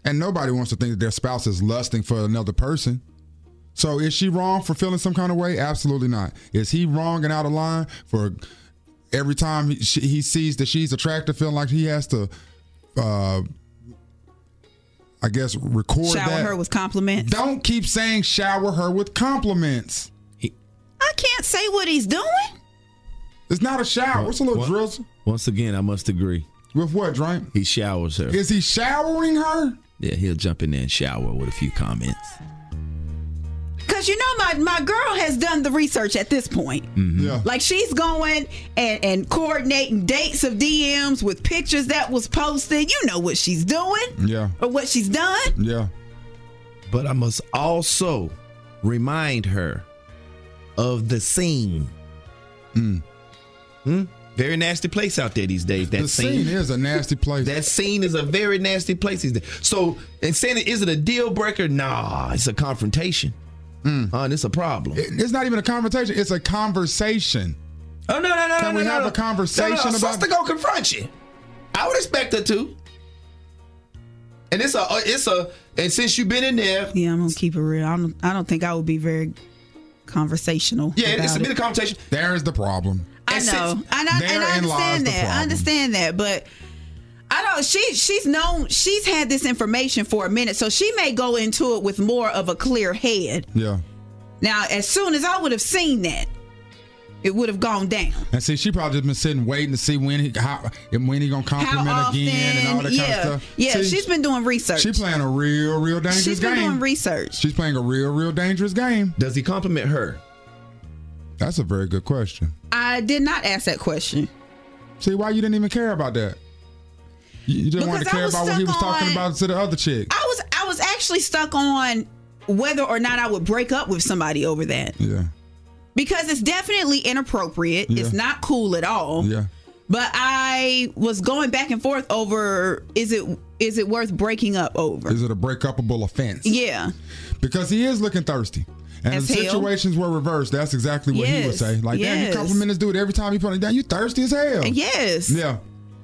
S3: And nobody wants to think that their spouse is lusting for another person. So is she wrong for feeling some kind of way? Absolutely not. Is he wrong and out of line for every time he, she, he sees that she's attractive, feeling like he has to, uh, I guess, record
S5: Shower
S3: that?
S5: her with compliments.
S3: Don't keep saying shower her with compliments.
S5: I can't say what he's doing.
S3: It's not a shower. It's a little drizzle.
S11: Once again, I must agree.
S3: With what, Drake?
S11: He showers her.
S3: Is he showering her?
S11: yeah, he'll jump in there and shower with a few comments.
S5: Cause you know my my girl has done the research at this point.
S11: Yeah.
S5: Mm-hmm. Like she's going and, and coordinating dates of DMs with pictures that was posted. You know what she's doing
S3: Yeah.
S5: or what she's done.
S3: Yeah.
S11: But I must also remind her of the scene.
S3: Mm.
S11: Hmm? Very nasty place out there these days. That
S3: The scene is a nasty place.
S11: that scene is a very nasty place these days. So, and saying it, is it a deal breaker? Nah, it's a confrontation. Uh, and it's a problem.
S3: Mm. It- It's not even a conversation. It's a conversation.
S11: Oh no no no!
S3: Can
S11: no,
S3: we
S11: no,
S3: have
S11: no.
S3: a conversation
S11: no, no, no.
S3: about?
S11: sister gonna confront you? I would expect her to. And it's a uh, it's a and since you've been in there,
S5: Yeah, I'm gonna keep it real. I'm, I don't think I would be very conversational.
S11: yeah, it's
S5: about
S11: a bit of conversation.
S3: There is the problem.
S5: I know, and I, and I
S11: therein lies
S5: understand
S11: the
S5: that. I
S11: problem.
S5: understand that, but no, she she's known she's had this information for a minute, so she may go into it with more of a clear head.
S3: Yeah.
S5: Now, as soon as I would have seen that, it would have gone down.
S3: And see, she probably just been sitting waiting to see when he how and when he gonna compliment
S5: How
S3: again and all
S5: often-
S3: that
S5: yeah,
S3: kind of stuff.
S5: yeah,
S3: See,
S5: she's been doing research.
S3: She playing a real, real dangerous
S5: She's
S3: game.
S5: been doing research.
S3: She's playing a real, real dangerous game.
S4: Does he compliment her?
S3: That's a very good question.
S5: I did not ask that question.
S3: See why you didn't even care about that. You, you just wanted to
S5: Because I
S3: care
S5: was
S3: about what he was
S5: stuck
S3: talking
S5: on-
S3: about to the other chick.
S5: I was I was actually stuck on whether or not I would break up with somebody over that.
S3: Yeah.
S5: Because it's definitely inappropriate.
S3: Yeah.
S5: It's not cool at all.
S3: Yeah.
S5: But I was going back and forth over is it is it worth breaking up over?
S3: Is it a breakupable offense?
S5: Yeah.
S3: Because he is looking thirsty. And
S5: As
S3: if
S5: hell.
S3: situations were reversed, that's exactly what he would
S5: Yes.
S3: say. Like, damn, you
S5: Yes.
S3: compliment this dude every time you put him down. You thirsty as hell.
S5: Yes.
S3: Yeah.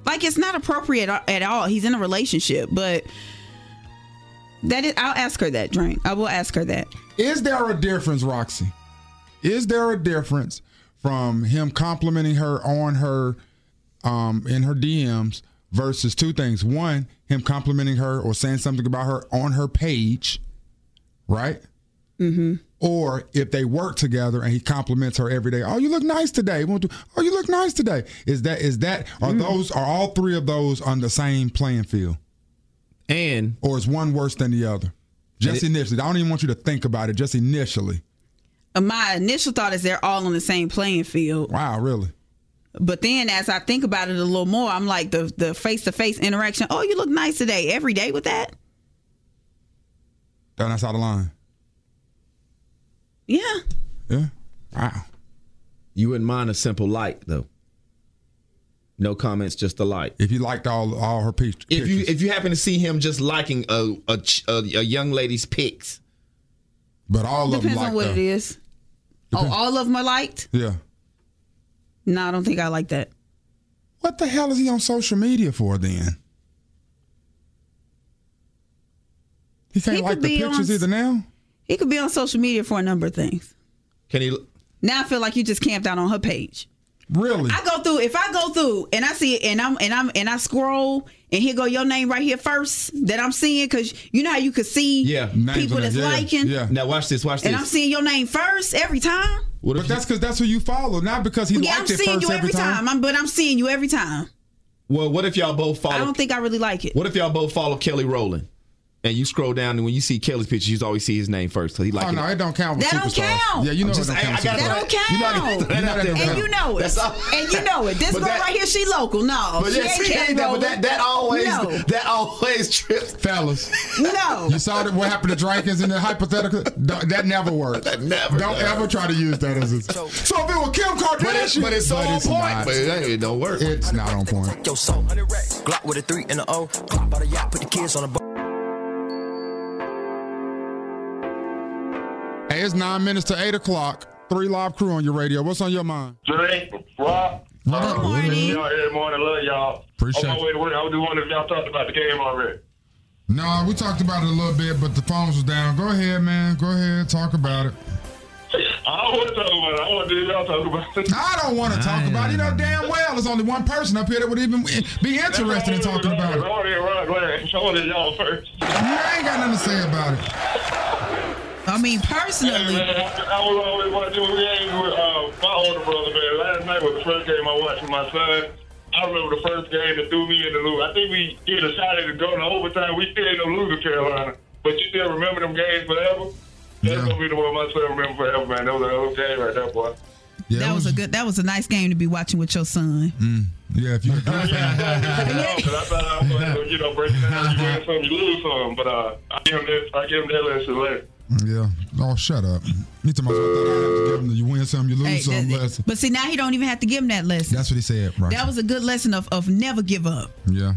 S5: Like it's not appropriate a- at all. He's in a relationship, but that is I'll ask her that, Drink. I will ask her that.
S3: Is there a difference, Roxy? Is there a difference from him complimenting her on her um in her DMs versus two things? One, him complimenting her or saying something about her on her page, right? Mm-hmm. Or if they work together and he compliments her every day, oh you look nice today. Won't you- Oh you look nice today. Is that is that are those are all three of those on the same playing field?
S4: And
S3: or is one worse than the other? Just initially. I don't even want you to think about it. Just initially.
S5: Uh, My initial thought is they're all on the same playing field.
S3: Wow, really?
S5: But then as I think about it a little more, I'm like the the face to face interaction. Oh, you look nice today. Every day with that?
S3: Down outside the line.
S5: Yeah.
S3: Yeah. Wow.
S4: You wouldn't mind a simple like though. No comments, just a like.
S3: If you liked all all her pictures.
S4: If you if you happen to see him just liking a a, ch- a, a young lady's pics.
S3: But all
S5: Depends on what it is. Oh, all of them are liked?
S3: Yeah.
S5: No, I don't think I like that.
S3: What the hell is he on social media for then? He can't
S5: He
S3: like
S5: could
S3: the
S5: be
S3: pictures
S5: on-
S3: either now?
S5: He could be on social media for a number of things.
S4: Can he
S5: Now I feel like you just camped out on her page.
S3: Really?
S5: I go through if I go through and I see it and I'm and I'm and I scroll and here go your name right here first that I'm seeing because you know how you could see people that's liking
S4: Now watch this, watch this.
S5: and I'm seeing your name first every time.
S3: but that's because that's who you follow, not because he
S5: yeah, I'm
S3: liked it
S5: seeing
S3: first
S5: you
S3: every time.
S5: I'm, but I'm seeing you every time.
S4: well, what if y'all both
S5: I
S4: follow
S5: don't think I really like it.
S4: What if y'all both follow Kelly Rowland? And you scroll down and when you see Kelly's pictures, you always see his name first cuz he like
S3: Oh no, it don't count. With
S5: That don't
S3: superstars.
S5: count.
S3: Yeah, you know
S4: I'm just-
S3: it don't
S4: I-
S3: count.
S4: I gotta-
S3: with
S5: That don't
S3: superstars.
S4: You know I
S5: count.
S4: didn't- I didn't have to-
S5: and you know it.
S4: That's all.
S5: And you know it. This
S4: But
S5: girl
S4: that-
S5: right here, she local. No,
S4: But
S5: she
S4: yeah,
S5: ain't
S4: she
S5: Kelly
S4: ain't that, but
S5: Rowland.
S4: that that always
S5: No.
S4: that always trips
S3: fellas.
S5: No.
S3: You saw that what happened to Drankins in the hypothetical? Don't- that never works. That
S4: never
S3: Don't
S4: does.
S3: ever try to use that as a. So if it were Kim Kardashian,
S4: But it's- but it's so on point, but it ain't- it don't work.
S3: It's not on point.
S2: Yo, soul. Glock with a three and a O. Glock by the yacht, put the kids on the boat.
S3: Hey, it's nine minutes to eight o'clock. Three live crew on your radio. What's on your mind?
S13: Drink, rock. Good
S3: morning.
S13: Y'all every morning. Love y'all.
S3: Appreciate
S13: On
S3: it.
S13: my way to work, I was just wondering if y'all talked about the game already.
S3: No, we talked about it a little bit, but the phones was down. Go ahead, man. Go ahead, talk about it.
S13: I don't want to talk about it. Uh, I want to hear y'all talk about it.
S3: I don't want to talk about it. You know damn well there's only one person up here that would even be interested in talking about
S13: I
S3: it.
S13: want to hear Ron Glenn. I want to hear y'all first.
S3: I ain't got nothing to say about it.
S5: I mean, personally.
S13: Man, I, I was always watching games with uh, my older brother, man. Last night was the first game I watched with my son. I remember the first game that threw me in the loop. I think we did a shot at the goal in overtime. We still ended up losing Carolina. But you still remember them games forever? That's going to be the one my son remember forever, man. That was an old game right there, boy.
S5: that was a good. That was a nice game to be watching with your son.
S3: Yeah, if you
S13: Because I thought I was going to, you know, break it down. You win some, you lose some. But uh, I give him that, I give him that lesson later.
S3: Yeah. Oh, shut up. You talking about something I have to give him? You win some, you lose
S5: Hey,
S3: some.
S5: that-
S3: Lesson.
S5: But see, now he don't even have to give him that lesson.
S3: That's what he said, right?
S5: That was a good lesson of, of never give up.
S3: yeah.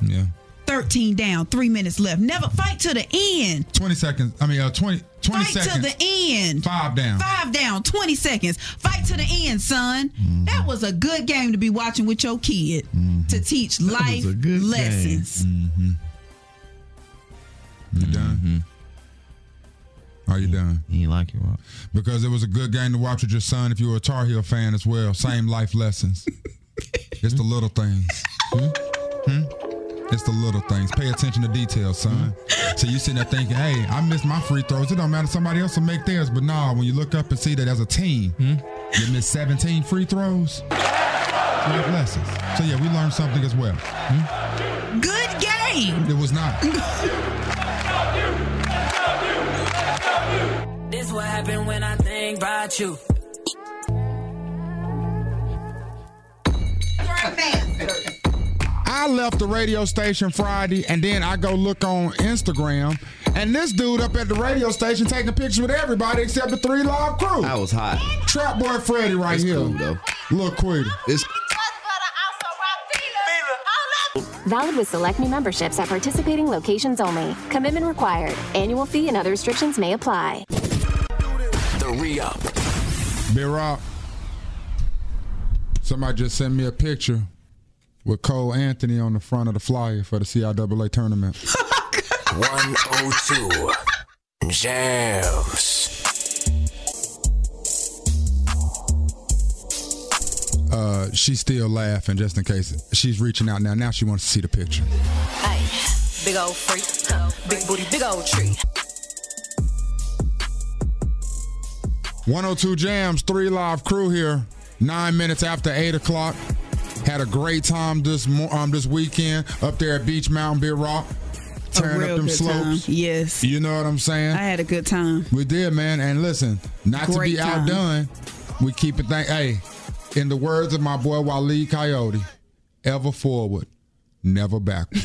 S3: Yeah.
S5: 13 down, three minutes left. Never fight to the end.
S3: 20 seconds. I mean, uh, 20, 20
S5: Fight to
S3: seconds.
S5: the end.
S3: Five down.
S5: Five down, 20 seconds. Fight to the end, son. That was a good game to be watching with your kid to teach life lessons.
S3: Mm-hmm. You done? Are you done?
S11: Mm-hmm. He ain't like it, Rob.
S3: Because it was a good game to watch with your son if you were a Tar Heel fan as well. Same life lessons. it's the little things. Hmm? Hmm? It's the little things. Pay attention to details, son.
S11: Hmm?
S3: so you sitting there thinking, hey, I missed my free throws. It don't matter. Somebody else will make theirs. But nah, when you look up and see that as a team,
S11: Hmm?
S3: you missed 17 free throws. Life lessons. So yeah, we learned something as well. Mm-hmm.
S5: Good game.
S3: It was not.
S10: This what happened when I think about you.
S3: I left the radio station Friday and then I go look on Instagram and this dude up at the radio station taking pictures with everybody except the three live crew. I
S4: was hot.
S3: Trap boy Freddy right here. Look quick.
S4: It's
S15: Valid with select new memberships at participating locations only. Commitment required. Annual fee and other restrictions may apply.
S3: the re-up. Big Rock. Somebody just sent me a picture with Cole Anthony on the front of the flyer for the CIAA tournament.
S6: 102 Jams.
S3: Uh, she's still laughing, just in case. She's reaching out now. Now she wants to see the picture.
S16: Ay, big old freak, huh, big booty, big old tree.
S3: 102 Jams, three live crew here. Nine minutes after eight o'clock. Had a great time this mo- um this weekend up there at Beach Mountain Big Rock, tearing
S5: real
S3: up them
S5: good
S3: slopes.
S5: time. Yes,
S3: you know what I'm saying. I
S5: had a good time.
S3: We did, man. And listen, not to be
S5: Great time.
S3: outdone, we keep it. Th- hey, in the words of my boy Waleed Coyote, ever forward, never backward.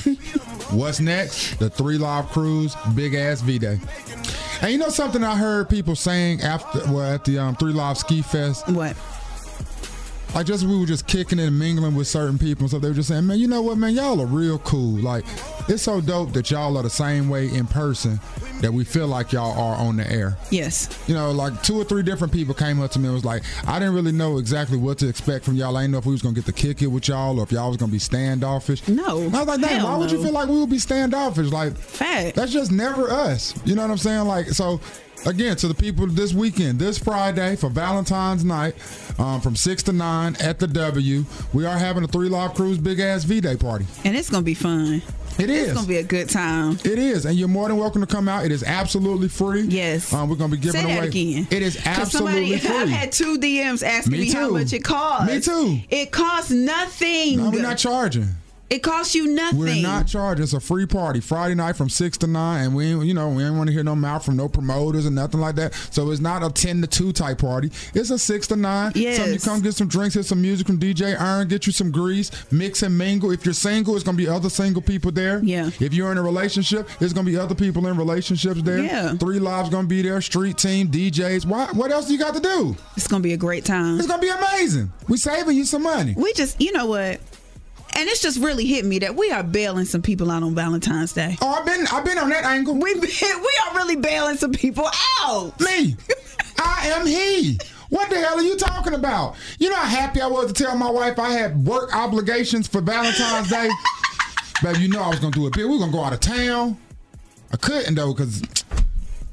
S3: What's next? The three live cruise, big ass V Day. And you know something I heard people saying after well at the um, three live ski fest.
S5: What?
S3: Like just we were just kicking and mingling with certain people, so they were just saying, man, you know what, man, y'all are real cool. Like it's so dope that y'all are the same way in person that we feel like y'all are on the air.
S5: Yes.
S3: You know, like two or three different people came up to me and was like, I didn't really know exactly what to expect from y'all. I didn't know if we was gonna get to kick it with y'all or if y'all was gonna be standoffish.
S5: No.
S3: I was like, damn,
S5: Hell
S3: why would you
S5: no.
S3: feel like we would be standoffish? Like that's just never us. You know what I'm saying? Like so Again, to the people this weekend, this Friday for Valentine's night, um, from six to nine at the W, we are having a three live cruise big ass V Day party.
S5: And it's gonna be fun.
S3: It is.
S5: It's gonna be a good time.
S3: It is, and you're more than welcome to come out. It is absolutely free. Yes, um, we're gonna be giving
S5: Say that
S3: away.
S5: again.
S3: It is
S5: 'Cause somebody-
S3: absolutely
S5: I've
S3: free.
S5: had two DMs asking
S3: Me
S5: me, how
S3: too.
S5: much it costs.
S3: Me too.
S5: It costs nothing.
S3: No, we're not charging.
S5: It costs you nothing.
S3: We're not charging. It's a free party Friday night from six to nine, and we ain't- you know we ain't want to hear no mouth from no promoters and nothing like that. So it's not a ten to two type party. It's a six to nine.
S5: Yes.
S3: So you come get some drinks, hit some music from DJ Iron, get you some grease, mix and mingle. If you're single, it's gonna be other single people there. Yeah. If you're in a relationship, it's gonna be other people in relationships there.
S5: Yeah.
S3: Three lives gonna be there. Street team, DJs. Why, what else you got to do?
S5: It's gonna be a great time.
S3: It's gonna be amazing. We saving you some money.
S5: We just, you know what? And it's just really hit me that we are bailing some people out on Valentine's Day.
S3: Oh, I've been, I've been on that angle.
S5: We, been, we are really bailing some people out.
S3: Me. I am he. What the hell are you talking about? You know how happy I was to tell my wife I had work obligations for Valentine's Day? Baby, you know I was gonna do it big. We were gonna go out of town. I couldn't though, cause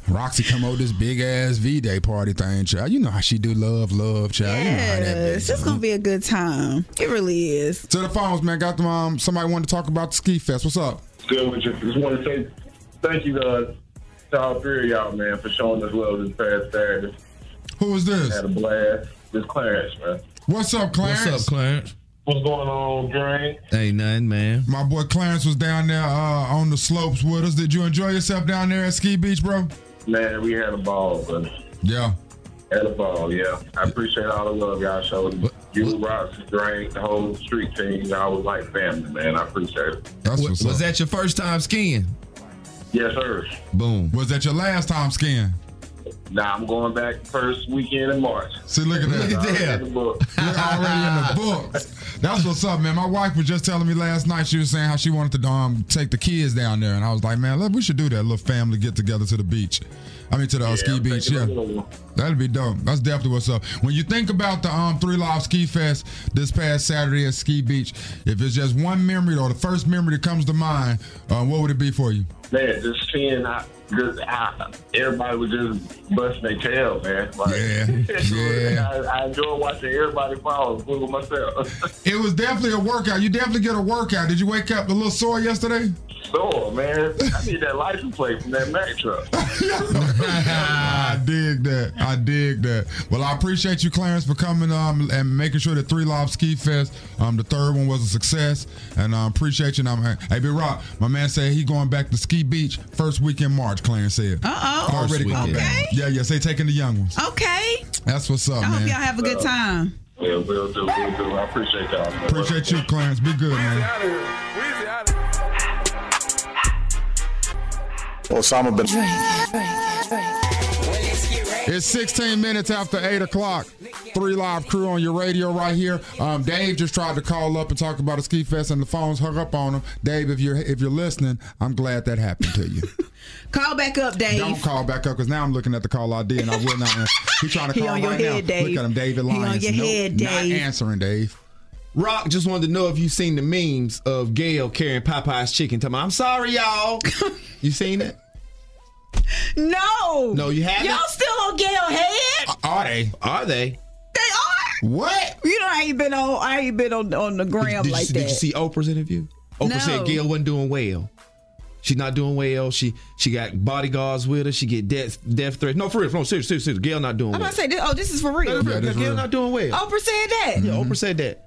S3: Roxy come over this big ass V Day party thing, child. You know how she do love, love, child. You know how that
S5: Yes, it's gonna be a good time. It really is.
S3: To the phones, man. Got them. Um, somebody wanted to talk about the ski fest. What's up?
S13: Good with you. Just want to say thank you guys to all three of y'all, man, for showing us love this past Saturday.
S3: Who was this?
S13: Had a blast. This Clarence, man.
S3: What's up, Clarence?
S4: What's up, Clarence?
S13: What's going on, Green?
S4: Ain't nothing, man.
S3: My boy Clarence was down there uh, on the slopes with us. Did you enjoy yourself down there at Ski Beach, bro?
S13: Man, we had a ball, brother.
S3: Yeah.
S13: Had a ball, yeah. I appreciate all the love y'all showed. me. You, Ross, Green, the whole street team. I was like family, man. I appreciate it.
S4: Wa- was that your first time skiing?
S13: Yes, sir.
S4: Boom.
S3: Was that your last time skiing?
S13: Now I'm going back first weekend in March.
S3: See, look at that.
S13: Look at that.
S3: We're already in the books. That's what's up, man. My wife was just telling me last night. She was saying how she wanted to um, take the kids down there, and I was like, man, look, we should do that little family get together to the beach. I mean, to the uh, ski beach. Yeah, that'd be dope. That's definitely what's up. When you think about the um Three Live Ski Fest this past Saturday at Ski Beach, if it's just one memory or the first memory that comes to mind, uh, what would it be for you?
S17: Man, just seeing how, just how everybody was just busting their tail, man. Like,
S3: yeah, yeah.
S17: I, I enjoy watching everybody fall, including myself.
S3: It was definitely a workout. You definitely get a workout. Did you wake up a little sore yesterday?
S17: Sore, man. I need that license plate from that Mack truck.
S3: I dig that. I dig that. Well, I appreciate you, Clarence, for coming um, and making sure that Three Lob Ski Fest, um, the third one was a success, and I um, appreciate you. And I'm, hey, Big Rock, my man said he going back to Ski Beach first week in March. Clarence said.
S5: Uh oh.
S3: Already going back. Yeah, yes, they taking the young ones.
S5: Okay.
S3: That's what's up,
S5: I
S3: man.
S5: hope y'all have a good time.
S17: Yeah, we'll do, we'll do. I appreciate y'all. man.
S3: Appreciate you, Clarence. Be good, man.
S18: Osama bin
S3: It's 16 minutes after 8 o'clock. Three Live Crew on your radio right here. Um, Dave just tried to call up and talk about a ski fest, and the phones hung up on him. Dave, if you're if you're listening, I'm glad that happened to you.
S5: Call back up, Dave.
S3: Don't call back up because now I'm looking at the call ID and I will not answer. He's trying to
S5: He
S3: call
S5: on
S3: right
S5: your
S3: now.
S5: head, Dave.
S3: Look at him, David
S5: He on
S3: Lyons.
S5: your head,
S3: not
S5: Dave.
S3: answering, Dave.
S4: Rock just wanted to know if you seen the memes of Gail carrying Popeye's chicken. Tell me, I'm sorry, y'all. you seen it?
S5: No.
S4: No, you haven't. Uh,
S5: Y'all still on Gail head?
S4: Are they? Are they?
S5: They
S4: are. What?
S5: You know, I ain't been on. I ain't been on on the gram
S4: Did, you,
S5: like
S4: see-
S5: that.
S4: did you see Oprah's interview? Oprah
S5: No.
S4: said Gail wasn't doing well. She's not doing well. She she got bodyguards with her. She get death death threats. No, for real. No, serious, serious, serious. Gail not doing
S5: I'm
S4: well.
S5: about to say, this, oh, this is for real.
S4: No, no, no, Gail not doing well.
S5: Oprah said that.
S4: Yeah,
S3: Mm-hmm.
S4: Oprah said that.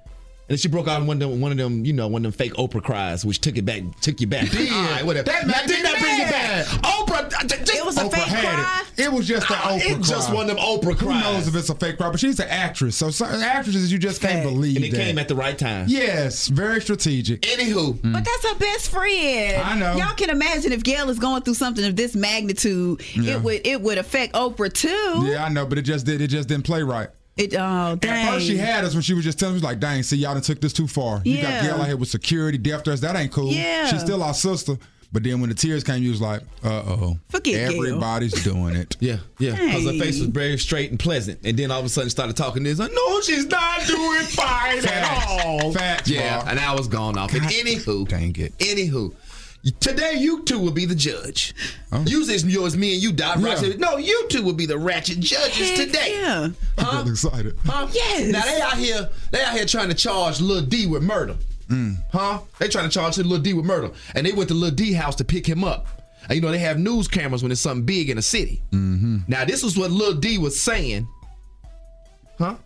S4: And then she broke out in one of them, one of them, you know, one of them fake Oprah cries, which took it back, took you back.
S3: Did.
S4: All right, whatever.
S3: That
S4: Now,
S3: made me
S4: did that bring you back?
S3: mad.
S4: Oprah, I ju- just,
S5: It was a
S4: Oprah
S5: fake
S4: had
S5: cry.
S3: It was just an
S4: Ah,
S3: Oprah
S4: it just
S3: cry.
S4: one of them Oprah
S3: Who
S4: cries.
S3: knows if it's a fake cry, but she's an actress. So some actresses, you just can't believe
S4: And it
S3: that.
S4: came at the right time. Mm.
S3: yes, very strategic.
S4: Anywho,
S5: But that's her best friend.
S3: I know.
S5: Y'all can imagine if Gail is going through something of this magnitude,
S3: Yeah.
S5: it would it would affect Oprah too.
S3: Yeah, I know, but it just did. It just didn't play right.
S5: It oh dang.
S3: At first, she had us when she was just telling us, like, dang, see, y'all done took this too far. You
S5: Yeah.
S3: got Gail out here with security, death threats. That ain't cool.
S5: Yeah.
S3: She's still our sister. But then when the tears came, you was like, uh oh.
S5: Forget Gail.
S3: Everybody's doing it.
S4: Yeah, yeah, because her face was
S5: Hey.
S4: very straight and pleasant, and then all of a sudden started talking this. Like, no, she's not doing fine at
S3: Facts.
S4: all.
S3: Facts,
S4: yeah,
S3: Mark.
S4: and I was gone off. And
S3: God
S4: anywho,
S3: dang it.
S4: anywho, today you two will be the judge.
S3: Oh.
S4: Usually it's yours, me and you, Doc.
S3: Yeah.
S4: Rock said, No, you two will be the ratchet judges
S5: Heck
S4: today.
S5: Yeah.
S3: I'm real excited.
S4: Huh?
S5: Yes.
S4: Now they out here, they out here trying to charge Lil D with murder.
S3: Mm.
S4: Huh? They trying to charge Lil D with murder, and they went to Lil D house to pick him up. And you know they have news cameras when it's something big in a city.
S3: Mm-hmm.
S4: Now this is what Lil D was saying, huh?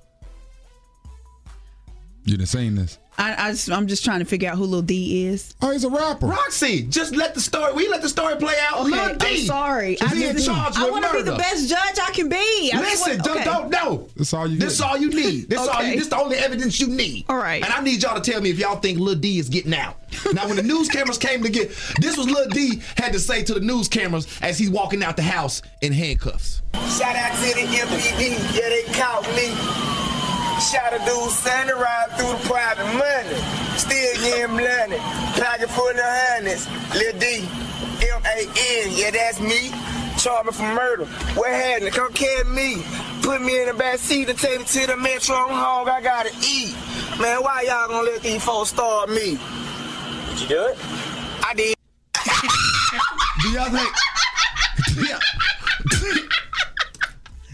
S3: You done seen this.
S5: I, I just, I'm just trying to figure out who Lil D is.
S3: Oh, he's a rapper.
S4: Roxy, just let the story. We let the story play out.
S5: Okay,
S4: Lil D,
S5: I'm sorry. I,
S4: I being
S5: just-
S4: charged
S5: I
S4: with
S5: want to
S4: murder.
S5: be the best judge I can be. I just
S4: Listen,
S5: wanna- okay.
S4: don't, don't know.
S3: That's all you
S4: This
S3: get.
S4: all you need. This all you.
S5: Okay.
S4: This the only evidence you need.
S5: All right.
S4: And I need y'all to tell me if y'all think Lil D is getting out. Now, when the news cameras came to get, this was Lil D had to say to the news cameras as he's walking out the house in handcuffs.
S19: Shout out to the MPD, yeah, they caught me. Shot a dude trying to ride through the private money. Still getting blinded. Pocket full of hundreds. Lil D, M-A-N, yeah, that's me. Charged me for murder. What happened? Come catch me. Put me in the back seat and take me to the metro. I'm hungry, I gotta eat. Man, why y'all gonna let these folks starve me? Did you do it? I did.
S4: Do y'all think? Yeah.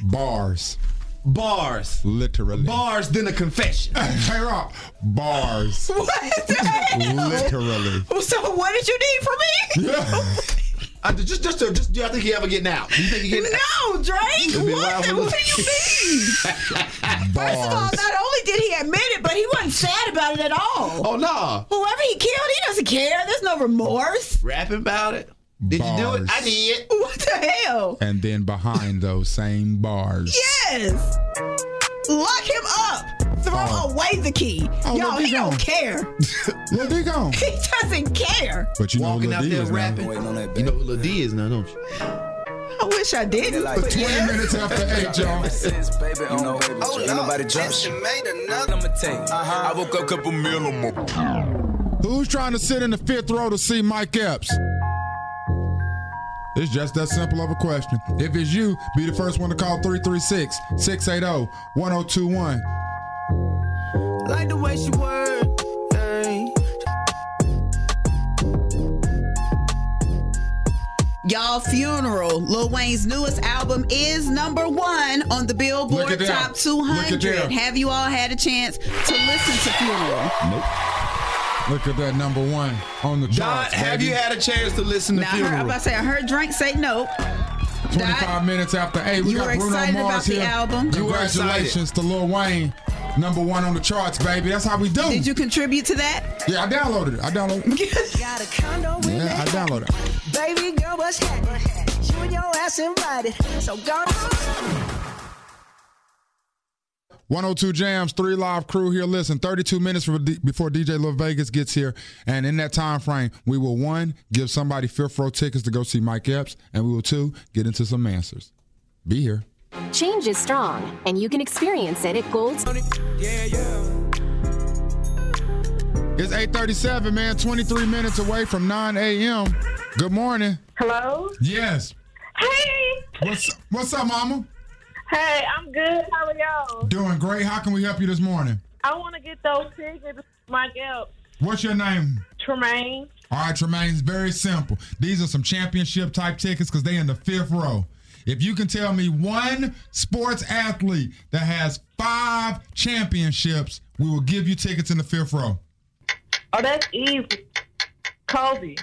S3: Bars.
S4: Bars,
S3: Literally.
S4: bars, then a confession.
S3: hey, Rob. Bars.
S5: What the hell?
S3: Literally.
S5: So what did you need from me?
S3: Yeah.
S4: I, Uh, just, just, just, do y'all think he ever getting out? Do you think he getting out?
S5: No, Drake.
S4: It'd be
S5: What?
S4: wild for
S5: the-
S4: Lil-
S5: What do you mean?
S3: Bars.
S5: First of all, not only did he admit it, but he wasn't sad about it at all.
S4: Oh no.
S5: Whoever he killed, he doesn't care. There's no remorse.
S4: Rapping about it. Did you do
S3: Bars.
S4: it? I did.
S5: What the hell?
S3: and then behind those same bars.
S5: Yes. Lock him up. Throw
S3: Oh.
S5: away the key.
S3: Oh,
S5: Yo,
S3: well,
S5: he
S3: be
S5: don't
S3: gone.
S5: care.
S3: Lil D gone.
S5: He doesn't care.
S3: But you
S4: Walking
S3: know
S4: out
S3: who Lil D
S4: there
S3: is now.
S4: rapping. You know who Lil D is now, don't you?
S5: I wish I didn't.
S19: like
S5: but
S3: 20
S5: yeah.
S3: minutes after 8, y'all.
S19: Baby, you know, baby, oh, ain't nobody jump shit.
S6: I'ma take.
S14: Uh-huh.
S6: I woke up couple meal on my
S3: Who's trying to sit in the fifth row to see Mike Epps? It's just that simple of a question. If it's you, be the first one to call 336 680 1021.
S7: Like the way she work. ayy.
S5: Y'all Funeral, Lil Wayne's newest album is number one on the
S3: Look at
S5: Billboard
S3: them.
S5: Top
S3: Look
S5: 200.
S3: at them.
S5: Have you all had a chance to listen to Funeral?
S3: Nope. Look at that number one on the chart.
S4: have you had a chance to listen to
S5: Now, I heard, I'm
S4: Funeral?
S5: about to say, I heard Drake say no.
S3: 25 minutes after 8. We
S5: You
S3: got
S5: were
S3: Bruno
S5: excited
S3: Mars
S5: about the
S3: here.
S5: album? You were excited.
S3: Congratulations to Lil Wayne. Number one on the charts, baby. That's how we do. Did
S5: you contribute to that?
S3: Yeah, I downloaded it. I downloaded it.
S10: Got a condo with
S3: Yeah, I
S10: me.
S3: downloaded it.
S10: Baby girl, what's happening? You and your ass invited. So go.
S3: 102 Jams, three live crew here. Listen, 32 minutes for- before DJ Lil Vegas gets here. And in that time frame, we will one, give somebody fifth row tickets to go see Mike Epps. And we will two, get into some answers. Be here.
S15: Change is strong, and you can experience it at Gold's.
S3: It's 837, man, 23 minutes away from 9 a.m. Good morning.
S9: Hello?
S3: Yes.
S9: Hey!
S3: What's what's up, mama?
S9: Hey, I'm good. How are y'all?
S3: Doing great. How can we help you this morning?
S9: I want to get those tickets, Mike Epps,
S3: What's your name?
S9: Tremaine.
S3: All right, Tremaine, it's very simple. These are some championship type tickets because they in the fifth row. If you can tell me one sports athlete that has five championships, we will give you tickets in the fifth row.
S9: Oh, that's easy. Kobe.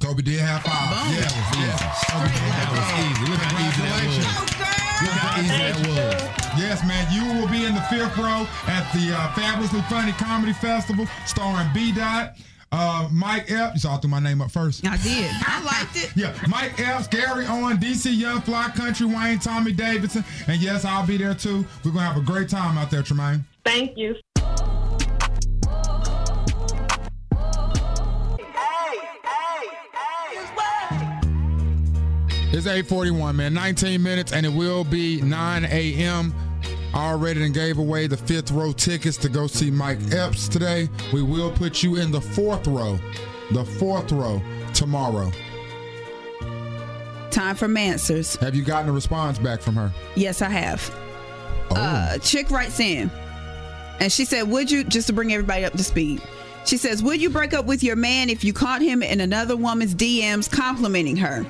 S3: Kobe did have five. Yeah, yeah. Kobe did have five. Congratulations. Look how easy that was. Yes, man. You will be in the fifth row at the uh, Fabulously Funny Comedy Festival, starring B. Dot, uh, Mike Epps. You saw I threw my name up first.
S5: I did. I liked it.
S3: Yeah, Mike Epps, Gary Owen, DC Young, Fly Country, Wayne, Tommy Davidson, and yes, I'll be there too. We're gonna have a great time out there, Tremaine.
S9: Thank you.
S3: It's 841, man. 19 minutes, and it will be 9 a.m. Already and gave away the fifth row tickets to go see Mike Epps today. We will put you in the fourth row, the fourth row tomorrow.
S5: Time for answers.
S3: Have you gotten a response back from her?
S5: Yes, I have. Uh, chick writes in, and she said, "Would you just to bring everybody up to speed?" She says, "Would you break up with your man if you caught him in another woman's DMs complimenting her?"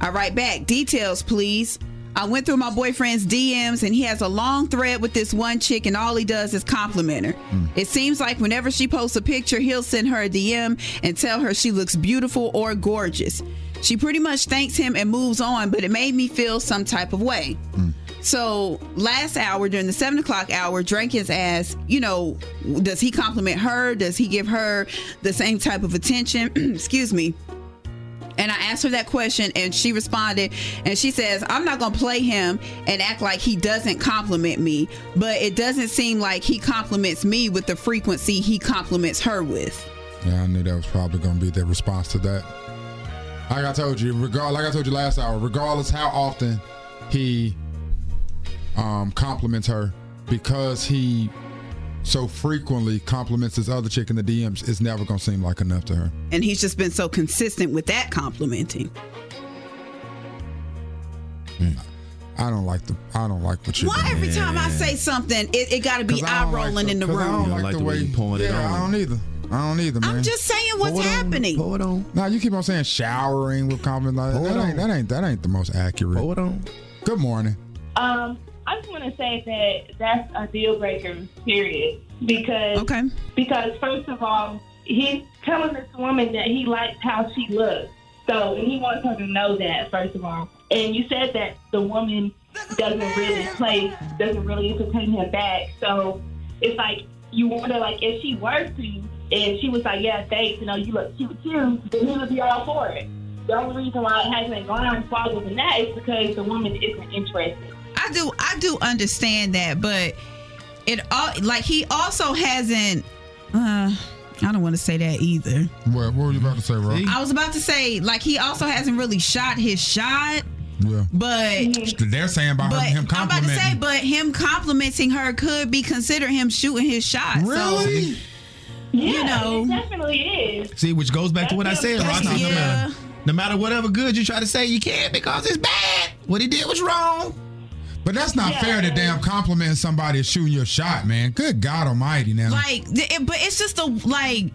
S5: I write back, "Details, please." I went through my boyfriend's DMs and he has a long thread with this one chick, and all he does is compliment her. It seems like whenever she posts a picture, he'll send her a DM and tell her she looks beautiful or gorgeous. She pretty much thanks him and moves on, but it made me feel some type of way. So last hour during the seven o'clock hour, Drankins asked, you know, does he compliment her? Does he give her the same type of attention? Excuse me. And I asked her that question, and she responded, and she says, I'm not gonna play him and act like he doesn't compliment me, but it doesn't seem like he compliments me with the frequency he compliments her with.
S3: Yeah, I knew that was probably going to be their response to that. Like I told you, regard like I told you last hour, regardless how often he um, compliments her, because he so frequently compliments this other chick in the DMs, it's never going to seem like enough to her.
S5: And he's just been so consistent with that complimenting.
S3: I don't like the I don't like what you.
S5: Why every time I say something, it, it gotta be eye rolling in the room?
S3: I don't like, the way you
S4: pouring it
S3: yeah, I
S4: on.
S3: don't either. I don't either, man.
S5: I'm just saying what's happening.
S4: Hold on.
S3: Nah, you keep on saying showering with compliments. Like, that, ain't, that ain't that ain't the most accurate. Hold
S4: on.
S3: Good morning.
S9: Um, I just want to say that that's a deal breaker, period. Because
S5: okay.
S9: because first of all, he's telling this woman that he likes how she looks. So and he wants her to know that first of all. And you said that the woman doesn't really play, doesn't really entertain him back. So it's like you wonder, like if she were to, and she was like, yeah, thanks, you know, you look cute too, then he would be all for it. The only reason why it hasn't gone farther than that is because the woman isn't interested.
S5: I do I do understand that, but it all like he also hasn't uh I don't want to say that either.
S3: What, what were you about to say, Rob?
S5: I was about to say like he also hasn't really shot his shot,
S3: Yeah.
S5: but
S3: They're saying about her,
S5: but
S3: him
S5: I'm about to
S3: complimenting.
S5: say, but him complimenting her could be considered him shooting his shot.
S3: Really?
S5: So,
S9: Yeah,
S5: you know,
S9: it definitely is.
S4: See, which goes back to what I said
S5: That's
S4: last
S5: not
S4: time.
S5: yeah.
S4: No matter whatever good you try to say, you can't because it's bad. What he did was wrong.
S3: But that's not fair to damn compliment somebody shooting your shot, man. Good God Almighty, now
S5: Like, th- it, but it's just the like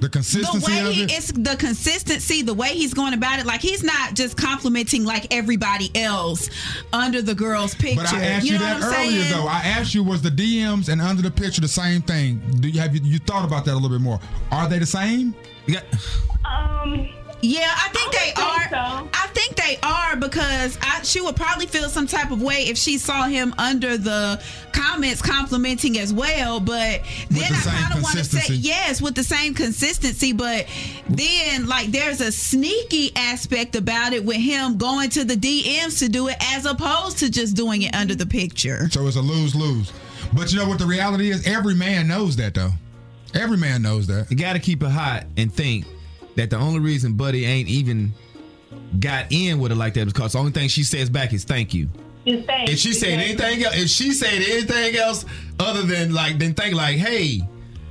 S3: the consistency
S5: the way
S3: of
S5: he
S3: it.
S5: it's the consistency, the way he's going about it. Like he's not just complimenting like everybody else under the girl's picture.
S3: But I asked you,
S5: know
S3: that
S5: what I'm
S3: earlier,
S5: saying?
S3: though. I asked you, was the DMs and under the picture the same thing? Do you have you, you thought about that a little bit more? Are they the same? Yeah.
S9: Um.
S5: Yeah, I think they are. I think they are because I, she would probably feel some type of way if she saw him under the comments complimenting as well. But then I kind of want to say
S3: consistency.
S5: yes with the same consistency. But then like there's a sneaky aspect about it with him going to the DMs to do it as opposed to just doing it under the picture.
S3: So it's a lose lose. But you know what the reality is? Every man knows that though. Every man knows that.
S4: You gotta keep it hot and think that the only reason Buddy ain't even got in with it like that is because the only thing she says back is thank you.
S9: Just saying.
S4: If she said anything else, if she said anything else other than like, then think like, hey,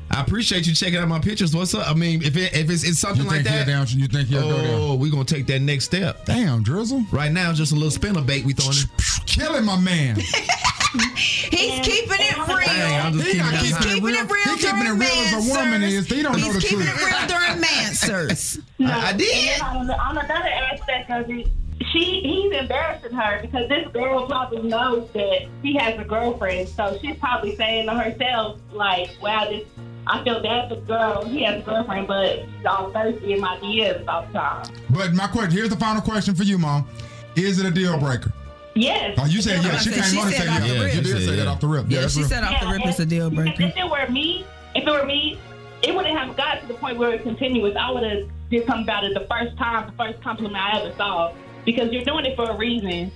S4: I appreciate you checking out my pictures. What's up? I mean, if it, if it's, it's something
S3: You
S4: like
S3: think he'll
S4: that,
S3: down- you think he'll go down?
S4: oh, we gonna take that next step.
S3: Damn, drizzle.
S4: Right now, just a little spinner bait we throwing. in.
S3: Killing my man.
S5: He's keeping it real.
S4: Dang, I'm just
S3: He
S4: keeping
S3: not
S4: it
S3: keeping
S4: hot.
S3: it real. He keeping it real as a woman is. He don't know the
S5: Keeping it
S3: truth.
S5: real during mansers.
S4: I, I did.
S9: And then on, on another aspect of it, she he's embarrassing her because this girl probably knows that he has a girlfriend, so she's probably saying to herself like, "Wow, this I feel bad for the girl. He has a girlfriend, but she's all thirsty in my DMs all the time."
S3: But my question here's the final question for you, mom. Is it a deal breaker?
S9: Yes.
S3: Oh, you said
S9: Yeah,
S3: yes. She
S9: I
S3: came
S9: said- she
S3: on and
S9: said
S3: said
S9: off
S3: yes.
S9: the
S3: Yeah,
S9: rip.
S3: you did
S9: She
S3: say
S9: said,
S3: that
S9: yeah.
S3: off the rip. Yeah,
S9: Yeah,
S3: that's
S9: she
S3: real.
S9: said off the rip is a
S5: deal
S9: If it were me, if it were me, it wouldn't have got to the point where it continuous. I would have did something about it the first time, the first compliment I ever saw, because you're doing it for a reason.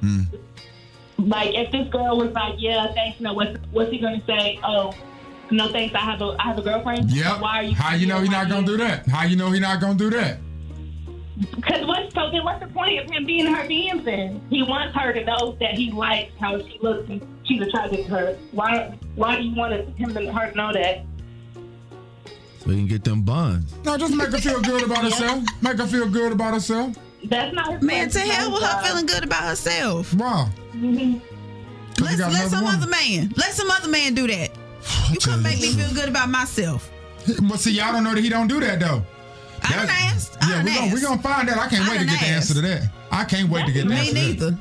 S3: Hmm.
S9: Like if this girl was like, "Yeah, thanks," no, what's what's he gonna say? Oh, no, thanks. I have a I have a girlfriend.
S3: Yep.
S9: Why are you?
S3: How you know he not gonna do that? How you know he not gonna do that?
S9: Because what's so then? What's the point of him being in her DMs? Then he wants her to know that he likes how she looks and she's attracted to her. Why? Why do you want him to her to know that?
S4: So we can get them buns.
S3: No, just make her feel good about herself. Make her feel good about herself.
S9: That's not his
S5: Man, to hell with her feeling good about herself.
S3: Wow.
S5: Let,
S3: Mm-hmm.
S5: let
S3: got another
S5: some
S3: woman.
S5: other man. Let some other man do that. You couldn't make me feel good about myself.
S3: But see, y'all don't know that he don't do that though.
S5: I done asked. I
S3: Yeah,
S5: done
S3: we're gonna, we gonna find out. I can't
S5: I
S3: wait to
S5: done
S3: get the answer to that. I can't wait to get the
S5: Me
S3: answer. To
S5: neither.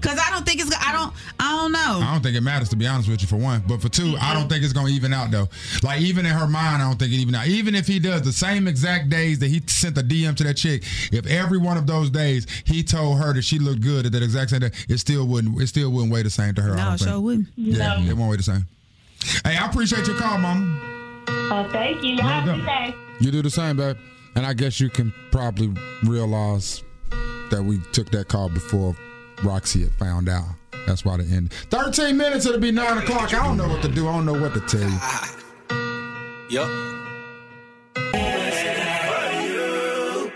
S5: Cause I don't think it's. go- I don't. I don't
S3: that. I
S5: know.
S3: don't think it matters to be honest with you for one, but for two, I
S5: Mm-hmm.
S3: don't think it's gonna even out though. Like even in her mind, I don't think it even out. Even if he does the same exact days that he sent the DM to that chick, if every one of those days he told her that she looked good at that exact same day, it still wouldn't. It still wouldn't weigh the same to her. I
S5: No,
S3: don't
S5: it
S3: think.
S5: sure wouldn't.
S3: Yeah,
S5: No.
S3: it won't weigh the same. Hey, I appreciate your call, mama.
S9: Oh, thank you.
S3: Well
S9: Have a
S3: done.
S9: good day.
S3: You do the same, babe. And I guess you can probably realize that we took that call before Roxy had found out. That's why the end. 13 minutes, it'll be 9 o'clock. I don't know what to do. I don't know what to tell you.
S6: Yup.
S10: Hey,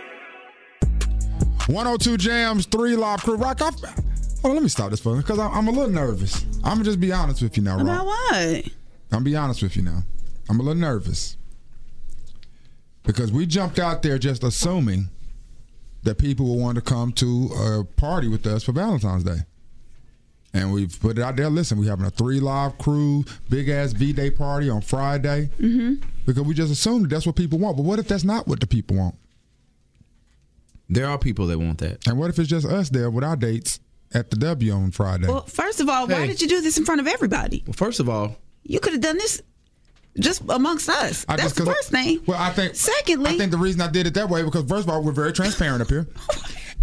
S3: 102 Jams, 3 Live Crew. Rock, I've, hold on, let me stop this for because I'm a little nervous. I'm going to just be honest with you now, Rock.
S5: About what? I'm
S3: going to be honest with you now. I'm a little nervous because we jumped out there just assuming that people would want to come to a party with us for Valentine's Day. And we've put it out there. Listen, we're having a three live crew, big ass V Day party on Friday. Mm-hmm. Because we just assumed that's what people want. But what if that's not what the people want?
S4: There are people that want that.
S3: And what if it's just us there with our dates at the W on Friday?
S5: Well, first of all, why
S3: Hey.
S5: did you do this in front of everybody?
S4: Well, first of all,
S5: you could have done this just amongst us.
S3: I
S5: That's
S3: just-
S5: the
S3: 'cause I-
S5: first thing.
S3: Well, I think.
S5: Secondly,
S3: I think the reason I did it that way because first of all, we're very transparent up here,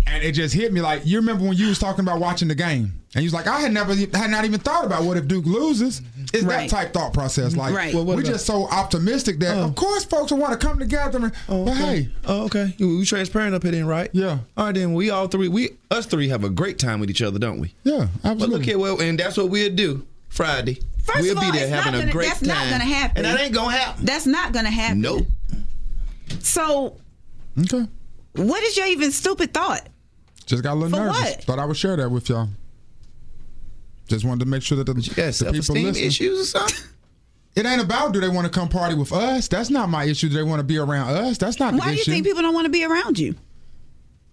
S3: and it just hit me like you remember when you was talking about watching the game, and you was like, I had never, I had not even thought about what if Duke loses. It's that
S4: Right.
S3: type thought process. Like
S4: Right. Well, what
S3: we're
S4: about-
S3: just so optimistic that of course folks will want to come together. And, but hey,
S4: Oh, okay. You, you transparent up here then, right?
S3: Yeah.
S4: All right, then we all three, we us three have a great time with each other, don't we?
S3: Yeah,
S4: absolutely. Well, look here, well, and that's what we'll do Friday.
S5: First
S4: we'll
S5: of all,
S4: be there
S5: it's
S4: having
S5: not
S4: a
S5: gonna,
S4: great
S5: that's
S4: time.
S5: not gonna happen.
S4: And that ain't gonna happen.
S5: That's not gonna happen.
S4: Nope.
S5: So,
S3: okay,
S5: what is your even stupid thought?
S3: just got a little
S5: For
S3: nervous.
S5: what?
S3: Thought I would share that with y'all. Just wanted to make sure that the, the people
S4: self-esteem
S3: listening.
S4: issues or something.
S3: It ain't about do they want to come party with us. That's not my issue. Do they want to be around us? That's not the
S5: Why do you
S3: issue.
S5: think people don't want to be around you?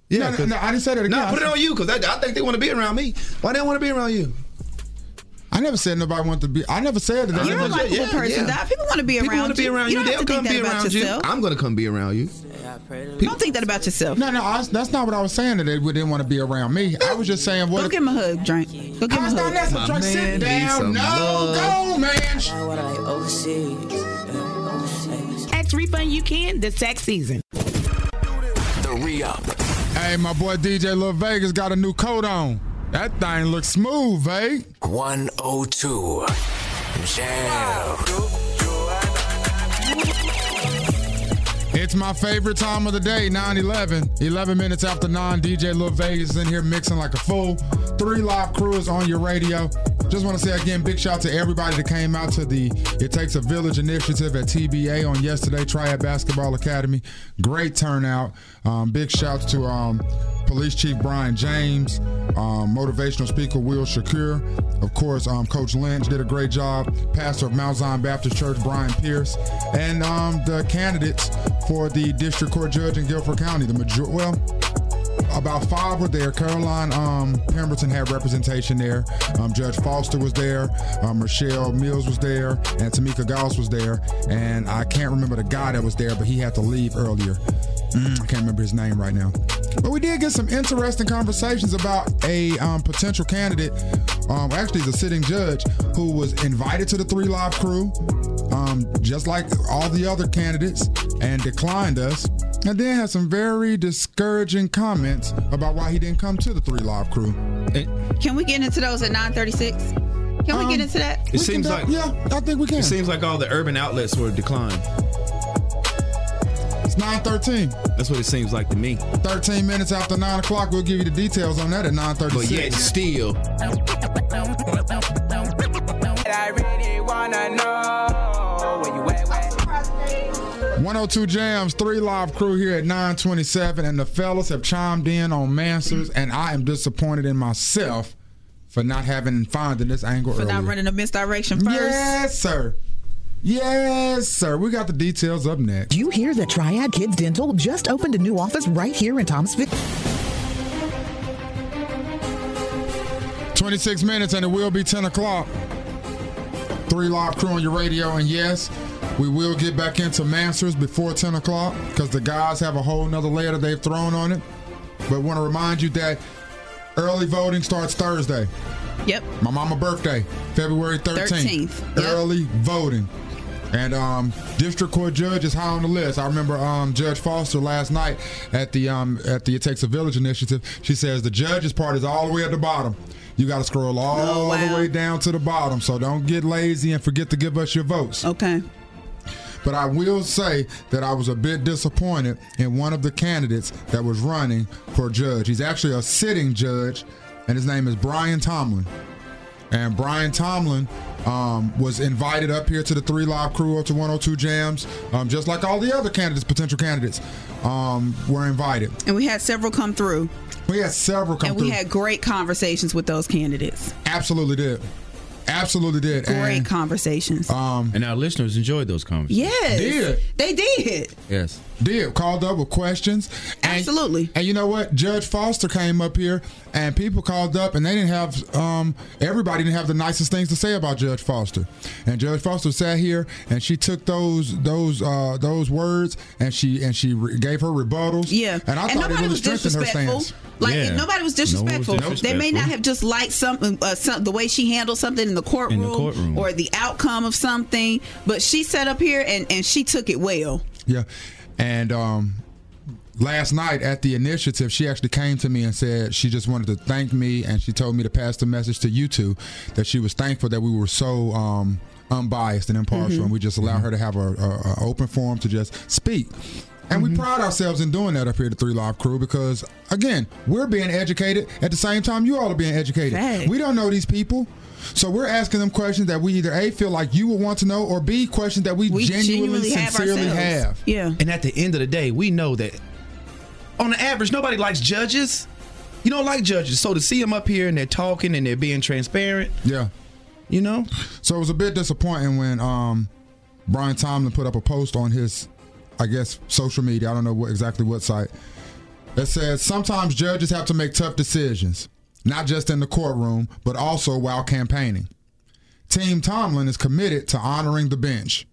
S3: Yeah, no, no, no, I didn't say that. Again.
S4: No, put it on you because I, I think they want to be around me. Why they want to be around you?
S3: I never said nobody wanted to be. I never said that.
S5: You're a likable person, Doc. People want to be
S4: People
S5: around
S4: want to be
S5: you.
S4: around
S5: You
S4: you.
S5: don't have
S4: They'll
S5: to
S4: come
S5: think
S4: be
S5: that about
S4: around you.
S5: yourself.
S4: I'm gonna come be around you.
S5: Don't think that about yourself.
S3: No, no, I, that's not what I was saying. That they didn't want to be around me. I was just saying what.
S5: Go give him a hug, drink. Go give him a hug.
S3: that's a drink. Sit down. No, go, man.
S18: Tax refund you can this tax season.
S6: The re-up.
S3: Hey, my boy DJ Lil Vegas got a new coat on. That thing looks smooth, eh? Vegas.
S6: 102. Jam.
S3: It's my favorite time of the day, 9 11. 11 minutes after 9, DJ Lil Vegas is in here mixing like a fool. Three live crews on your radio. Just want to say again, big shout to everybody that came out to the It Takes a Village initiative at TBA on yesterday, Triad Basketball Academy. Great turnout. Um, big shouts to um, Police Chief Brian James, um, motivational speaker Will Shakur. Of course, um, Coach Lynch did a great job. Pastor of Mount Zion Baptist Church, Brian Pierce, and um, the candidates for the district court judge in Guilford County. The major, well, about five were there. Caroline um, Pemberton had representation there. Um, Judge Foster was there. Um, Michelle Mills was there, and Tamika Gauss was there. And I can't remember the guy that was there, but he had to leave earlier. Mm, I can't remember his name right now. But we did get some interesting conversations about a um, potential candidate, um, actually the sitting judge, who was invited to the Three Live Crew, um, just like all the other candidates, and declined us. And then had some very discouraging comments about why he didn't come to the Three Live Crew.
S5: Can we get into those at 9:36? Can we get into that?
S4: It seems like
S3: yeah, I think we can.
S4: It seems like all the urban outlets were declined.
S3: It's nine thirteen.
S4: That's what it seems like to me.
S3: Thirteen minutes after nine o'clock, we'll give you the details on that at nine
S4: But
S3: thirty-six.
S4: yet still,
S14: I really wanna know where you at, where
S3: 102 Jams, three live crew here at 927, and the fellas have chimed in on Mansers, and I am disappointed in myself for not having finding this angle
S5: For
S3: earlier.
S5: not running a misdirection first.
S3: Yes, sir. Yes, sir. We got the details up next.
S20: Do you hear that Triad Kids Dental just opened a new office right here in Thomasville?
S3: 26 minutes, and it will be 10 o'clock. Three live crew on your radio, and yes, we will get back into Masters before 10 o'clock because the guys have a whole nother layer that they've thrown on it. But want to remind you that early voting starts Thursday.
S5: Yep.
S3: My mama birthday, February 13th.
S5: 13th,
S3: Early voting. And um, district court judge is high on the list. I remember um, Judge Foster last night at the um, at the It Takes a Village initiative. She says the judges part is all the way at the bottom. You got to scroll all the way down to the bottom. So don't get lazy and forget to give us your votes.
S5: Okay.
S3: But I will say that I was a bit disappointed in one of the candidates that was running for judge. He's actually a sitting judge, and his name is Brian Tomlin. And Brian Tomlin um, was invited up here to the Three Live Crew up to 102 Jams, um, just like all the other candidates, potential candidates, um, were invited.
S5: And we had several come through.
S3: We had several come
S5: and
S3: through.
S5: we had great conversations with those candidates.
S3: Absolutely did. Absolutely did.
S5: Great
S3: And,
S5: conversations.
S3: Um,
S11: and our listeners enjoyed those conversations.
S5: Yes.
S3: Did.
S5: They did.
S11: Yes.
S3: Did called up with questions. And, Absolutely. And you know what? Judge Foster came up here, and people called up, and they didn't have um, everybody didn't have the nicest things to say about Judge Foster. And Judge Foster sat here, and she took those those uh, those words, and she and she re- gave her rebuttals. Yeah. And I
S5: and
S3: thought it
S5: nobody
S3: really
S5: was
S3: strengthened her
S5: disrespectful.
S3: stance.
S5: Like if nobody was disrespectful. They may not have just liked something, uh, some, the way she handled something in the, courtroom
S3: courtroom.
S5: or the outcome of something. But she sat up here and, and she took it well.
S3: Yeah. And um, last night at the initiative, she actually came to me and said she just wanted to thank me. And she told me to pass the message to you two that she was thankful that we were so. Um, unbiased and impartial
S21: Mhm.
S3: and we just allow her to have a, a, a open forum to just speak and we pride ourselves in doing that up here at the Three Live Crew because, again, we're being educated at the same time you all are being educated. We don't know these people. So we're asking them questions that we either A, feel like you would want to know, or B, questions that we, genuinely, sincerely have.
S5: Yeah.
S4: And at the end of the day, we know that on the average, nobody likes judges. You don't like judges. So to see them up here and they're talking and they're being transparent.
S3: Yeah.
S11: You know?
S3: So it was a bit disappointing when um, Brian Tomlin put up a post on his, I guess, social media. I don't know what, exactly what site. That says sometimes judges have to make tough decisions, not just in the courtroom, but also while campaigning. Team Tomlin is committed to honoring the bench.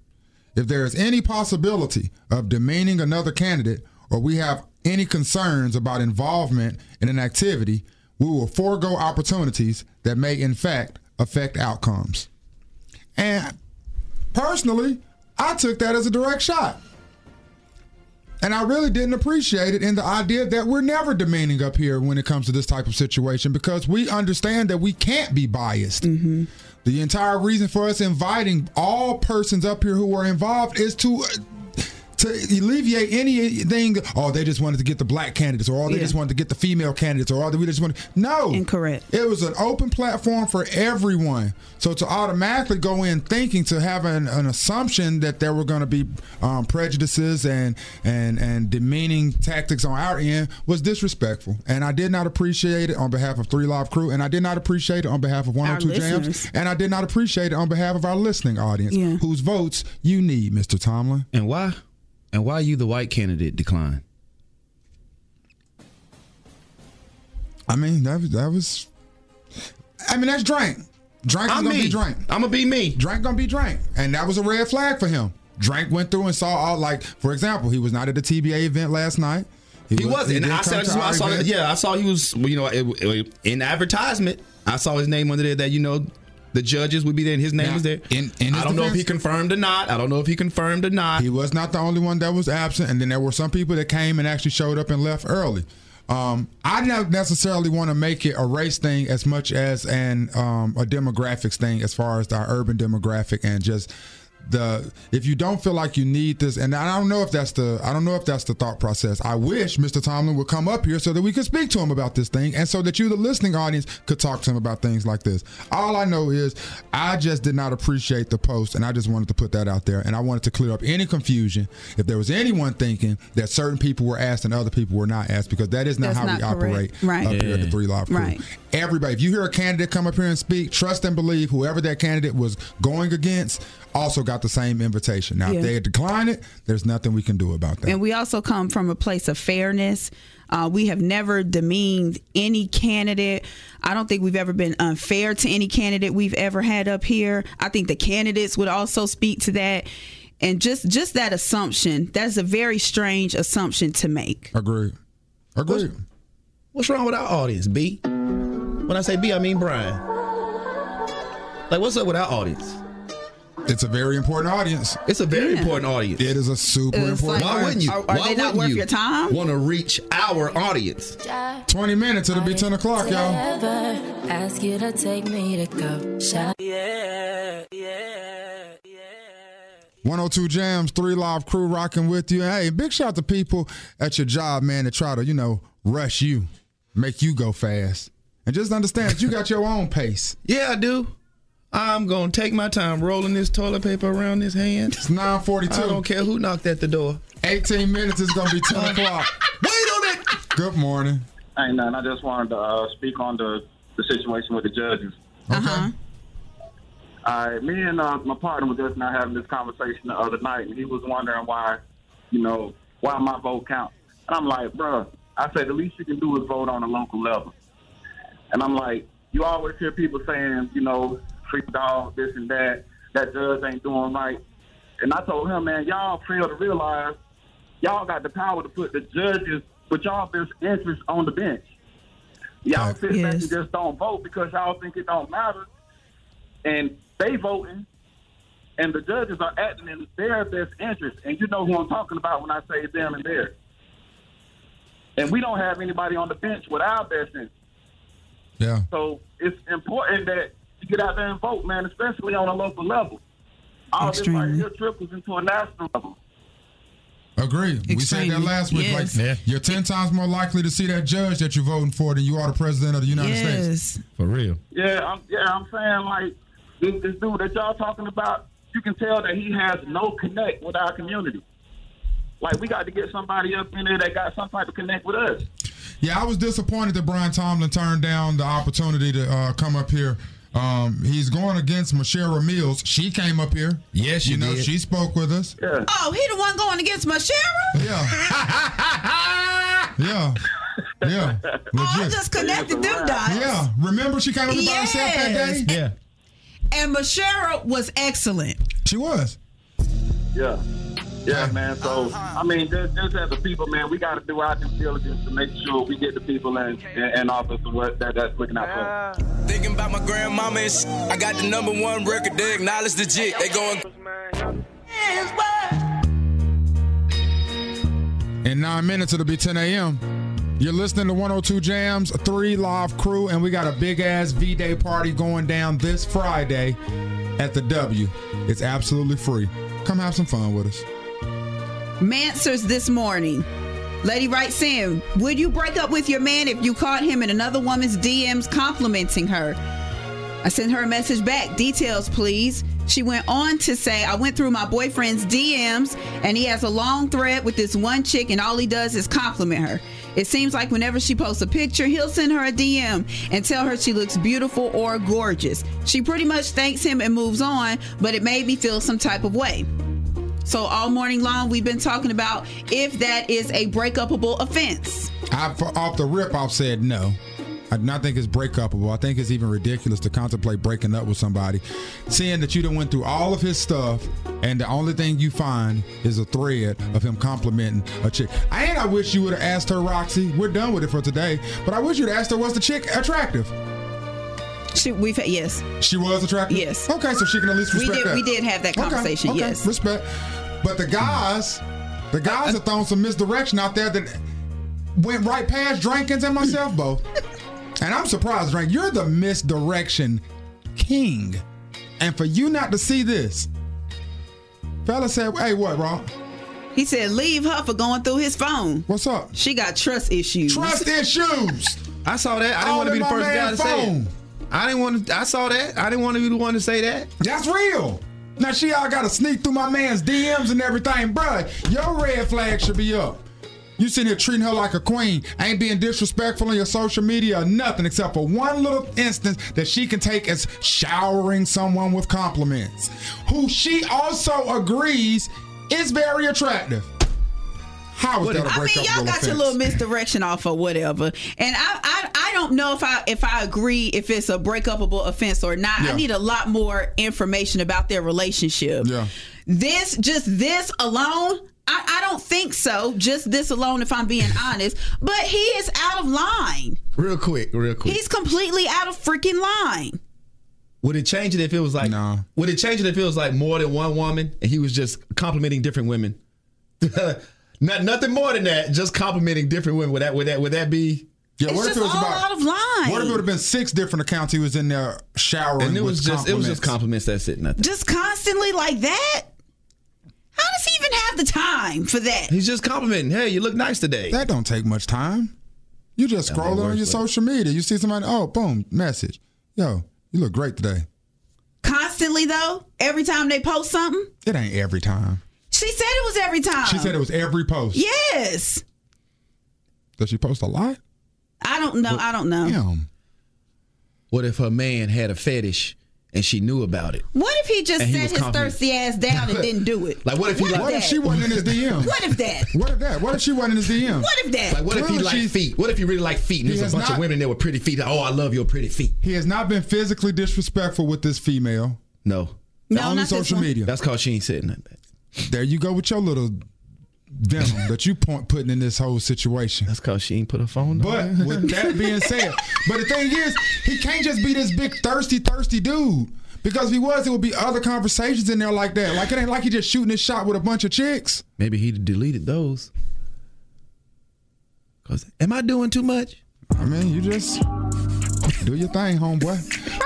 S3: If there is any possibility of demeaning another candidate or we have any concerns about involvement in an activity, we will forego opportunities that may, in fact, affect outcomes. And personally, I took that as a direct shot. And I really didn't appreciate it in the idea that we're never demeaning up here when it comes to this type of situation because we understand that we can't be biased. The entire reason for us inviting all persons up here who are involved is to uh, to alleviate anything. Oh, they just wanted to get the black candidates, or oh, they
S5: Yeah.
S3: just wanted to get the female candidates, or oh, we just wanted no incorrect. It was an open platform for everyone. So to automatically go in thinking to have an, an assumption that there were going to be um, prejudices and and and demeaning tactics on our end was disrespectful, and I did not appreciate it on behalf of Three Live Crew, and I did not appreciate it on behalf of One
S5: Our
S3: Hundred Two Jams,
S5: listeners.
S3: and I did not appreciate it on behalf of our listening audience, whose votes you need, Mr. Tomlin.
S4: And why? And why you the white candidate decline?
S3: I mean, that was- that was. I mean, that's Drank. Drank is
S4: I'm
S3: gonna
S4: me.
S3: be Drank.
S4: I'm gonna be me.
S3: Drank gonna be Drank, and that was a red flag for him. Drank went through and saw all like, for example, he was not at the TBA event last night.
S4: He
S3: was-
S4: wasn't. And
S3: didn't
S4: I said,
S3: come
S4: I,
S3: to
S4: just, I
S3: our
S4: saw
S3: event.
S4: that. Yeah, I saw he was. well, You know, it, it- in advertisement, I saw his name under there. That you know, the judges would be there, and his name
S3: Now,
S4: was there.
S3: in- in
S4: I
S3: his
S4: don't know if
S3: defense-
S4: he confirmed or not. I don't know if he confirmed or not.
S3: He was not the only one that was absent, and then there were some people that came and actually showed up and left early. Um, I don't necessarily want to make it a race thing as much as an um, a demographics thing, as far as our urban demographic and just the if you don't feel like you need this, and I don't know if that's the I don't know if that's the thought process. I wish Mr. Tomlin would come up here so that we could speak to him about this thing, and so that you, the listening audience, could talk to him about things like this. All I know is I just did not appreciate the post, and I just wanted to put that out there, and I wanted to clear up any confusion if there was anyone thinking that certain people were asked and other people were not asked, because that is not
S5: That's
S3: how
S5: not
S3: we operate
S5: correct. Right.
S3: up here at the
S5: Yeah.
S3: Three Live Crew.
S5: Right.
S3: Everybody, if you hear a candidate come up here and speak, trust and believe whoever that candidate was going against also got the same invitation. Now,
S5: Yeah.
S3: if they decline it, there's nothing we can do about that.
S5: And we also come from a place of fairness. Uh, we have never demeaned any candidate. I don't think we've ever been unfair to any candidate we've ever had up here. I think the candidates would also speak to that. And just just that assumption, that's a very strange assumption to make.
S3: Agreed. Agreed.
S4: What's wrong with our audience, B? When I say B, I mean Brian. Like, what's up with our audience?
S3: It's a very important audience.
S4: It's a very
S5: Yeah.
S4: important audience. It
S3: is a super
S5: It's important like,
S4: Why wouldn't you?
S5: are- are
S4: Why
S5: they not
S4: wouldn't
S5: worth
S4: you
S5: your time?
S4: Want to reach our audience?
S3: 20 minutes, it'll be 10 o'clock,
S10: Did
S3: y'all.
S10: I ever ask you to take me to go shop? Yeah, yeah.
S3: 102 Jams, Three Live Crew rocking with you. Hey, big shout out to people at your job, man, that try to, you know, rush you, make you go fast. And just understand that you got your own pace.
S4: Yeah, I do. I'm gonna take my time rolling this toilet paper around his hand. It's
S3: 9:42.
S4: I don't care who knocked at the door.
S3: 18 minutes is gonna be 10 o'clock.
S4: Wait on it.
S3: Good morning.
S17: Hey, none. I just wanted to uh, speak on the, the situation with the judges. Uh-huh. me and uh, my partner were just not having this conversation the other night, and he was wondering why, you know, why my vote counts. And I'm like, bruh, I said, the least you can do is vote on a local level. And I'm like, you always hear people saying, you know, freak dog, this and that, that judge ain't doing right. And I told him, man, y'all fail to realize y'all got the power to put the judges with y'all best interest on the bench. Y'all sit back and just don't vote because y'all think it don't matter. And they voting and the judges are acting in their best interest. And you know who I'm talking about when I say them and there. And we don't have anybody on the bench with our best interest.
S3: Yeah.
S17: So it's important that you get out there and vote, man, especially on a local level. All
S3: Extremely.
S17: this right here trickles into a national level.
S3: Agree. We said that
S17: Extremely.
S3: last week.
S17: Yes.
S3: Like, You're 10 times more likely to see that judge that you're voting for than you are the president of the United
S17: Yes.
S3: States. For real.
S17: Yeah, I'm, yeah, I'm saying like this, this dude that y'all talking about, you can tell that he has no connect with our community. Like we got to get somebody up in there that got some type of connect with us.
S3: Yeah, I was disappointed that Brian Tomlin turned down the opportunity to uh, come up here Um, he's going against Michelle Mills. She came up here. Yes,
S5: she
S3: you know
S5: did.
S3: she spoke with us. Yeah,
S5: Oh, he the one going against Mashera?
S3: Yeah. yeah, yeah. Legit.
S5: Oh, just connected them dots.
S3: Yeah, remember she came up by herself that day.
S5: Yes.
S3: Yeah,
S5: And Mashera was excellent.
S3: she was.
S17: Yeah. Yeah, man. So I mean, just, just as the people, man, we got to do our due diligence to make sure we get the people in in, in office and what that, that's looking out for. us.
S6: Thinking about my grandmama and shit. I got the number one record, they acknowledge the jit. They going
S3: In nine minutes, it'll be 10 a.m. You're listening to 102 Jams, three live crew, and we got a big ass V Day party going down this Friday at the W. It's absolutely free. Come have some fun with us.
S5: Mansers this morning. Lady writes in, would you break up with your man if you caught him in another woman's DMs complimenting her? I sent her a message back, details please. She went on to say, I went through my boyfriend's DMs and he has a long thread with this one chick and all he does is compliment her. It seems like whenever she posts a picture, he'll send her a DM and tell her she looks beautiful or gorgeous. She pretty much thanks him and moves on, but it made me feel some type of way. So all morning long, we've been talking about if that is a breakupable offense.
S3: I, for, off the rip, I've said no. I do not think it's breakupable. I think it's even ridiculous to contemplate breaking up with somebody, seeing that you done went through all of his stuff, and the only thing you find is a thread of him complimenting a chick. And I wish you would have asked her, Roxy. We're done with it for today, but I wish you'd asked her, was the chick attractive?
S5: She, we've had, yes.
S3: She was attractive. Yes. Okay, so she can at least
S5: We
S3: respect
S5: did-
S3: that.
S5: we did have that
S3: Okay,
S5: conversation,
S3: okay,
S5: yes.
S3: respect. But the guys, the guys have thrown some misdirection out there that went right past Drankins and myself both. And I'm surprised, Drank. You're the misdirection king, and for you not to see this, fella said, "Hey, what, Rob?
S5: He said, leave her for going through his phone.
S3: What's up?
S5: She got trust issues.
S3: Trust issues.
S4: I saw that. I didn't
S5: All
S4: want to
S5: in
S4: be the
S5: my
S4: first guy to
S5: man's
S4: say it.
S5: phone.
S4: I didn't want to. I saw that. I didn't want to be the one to say that.
S3: That's real." Now she all got to sneak through my man's DMs and everything, bruh. Your red flag should be up. You sitting here treating her like a queen, ain't being disrespectful on your social media or nothing except for one little instance that she can take as showering someone with compliments, who she also agrees is very attractive. How is that a
S5: I
S3: breakup?
S5: mean, y'all got
S3: offense?
S5: your little misdirection off or whatever, and I, I, I don't know if I, if I agree if it's a breakupable offense or not.
S3: Yeah.
S5: I need a lot more information about their relationship.
S3: Yeah.
S5: This, just this alone, I, I don't think so. Just this alone, if I'm being honest, but he is out of line.
S4: Real quick, real quick.
S5: He's completely out of freaking line.
S4: Would it change it if it was like? No. Would it change it if it was like more than one woman and he was just complimenting different women? Not nothing more than that. Just complimenting different women. Would that would that would that be?
S3: Yeah, what if it was about
S5: line.
S3: What if it would have been six different accounts he was in there showering?
S4: And it
S3: with
S4: was just it was just
S3: compliments.
S4: compliments. That's it. Nothing.
S5: Just constantly like that. How does he even have the time for that?
S4: He's just complimenting. Hey, you look nice today.
S3: That don't take much time. You just
S4: That ain't
S3: scrolling
S4: worth
S3: on your
S4: it.
S3: social media. You see somebody, oh, boom, message. Yo, you look great today.
S5: Constantly though, every time they post something.
S3: It ain't every time.
S5: She said it was every time.
S3: She said it was every post.
S5: Yes.
S3: Does she post a lot?
S5: I don't know. I don't know.
S3: Damn.
S4: What if her man had a fetish and she knew about it?
S5: What if he just
S4: And he
S5: sat
S4: was
S5: his
S4: confident.
S5: thirsty ass down and didn't do it?
S4: Like, what if he like- What if
S5: that?
S4: she wasn't in his DM?
S5: What if that?
S3: What if that? What if she wasn't in his DM?
S5: What if that?
S4: Like, what if he
S3: Clearly
S4: liked
S3: she's-
S4: feet? What if he really liked feet and
S3: He
S4: there's
S3: has
S4: a bunch
S3: not-
S4: of women there with pretty feet? Oh, I love your pretty feet.
S3: He has not been physically disrespectful with this female.
S4: No.
S5: No, not
S3: only
S5: this
S3: social
S5: one.
S3: media.
S4: That's called she ain't said nothing.
S3: There you go with your little venom that you point putting in this whole situation.
S4: That's called she ain't put her phone
S3: But with that being said, but the thing is, he can't just be this big thirsty, thirsty dude. Because if he was, there would be other conversations in there like that. Like it ain't like he just shooting his shot with a bunch of chicks.
S4: Maybe he deleted those. Cause am I doing too much?
S3: I mean, you just do your thing, homeboy.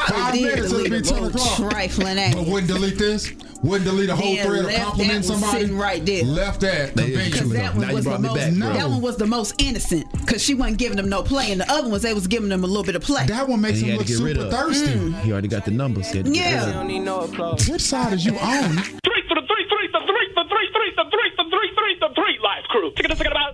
S3: Five
S5: did
S3: minutes it'll
S5: delete
S3: be
S5: a
S3: ten
S5: little
S3: o'clock.
S5: trifling ass.
S3: But wouldn't delete this. Wouldn't delete a whole
S5: Yeah,
S3: thread of
S5: left
S3: complimenting
S5: that one
S3: somebody.
S5: sitting right there.
S3: Left that
S4: There you go.
S5: Because
S3: conventionally.
S5: that one
S4: Now you
S5: was the
S4: brought me
S5: most.
S4: back, bro.
S5: That one was the most innocent because she wasn't giving them no play, and the other ones they was giving them a little bit of play.
S3: That one makes
S4: And he
S3: him
S4: had to
S3: look
S4: get rid
S3: super
S4: of.
S3: thirsty.
S4: it. He already got the numbers. He had to get rid of
S5: Yeah.
S4: it.
S5: Mm.
S3: Which side is you on?
S1: Three for the three, three for three, for three, three for three, for three, for three, for three, live crew. Check it out, check it out.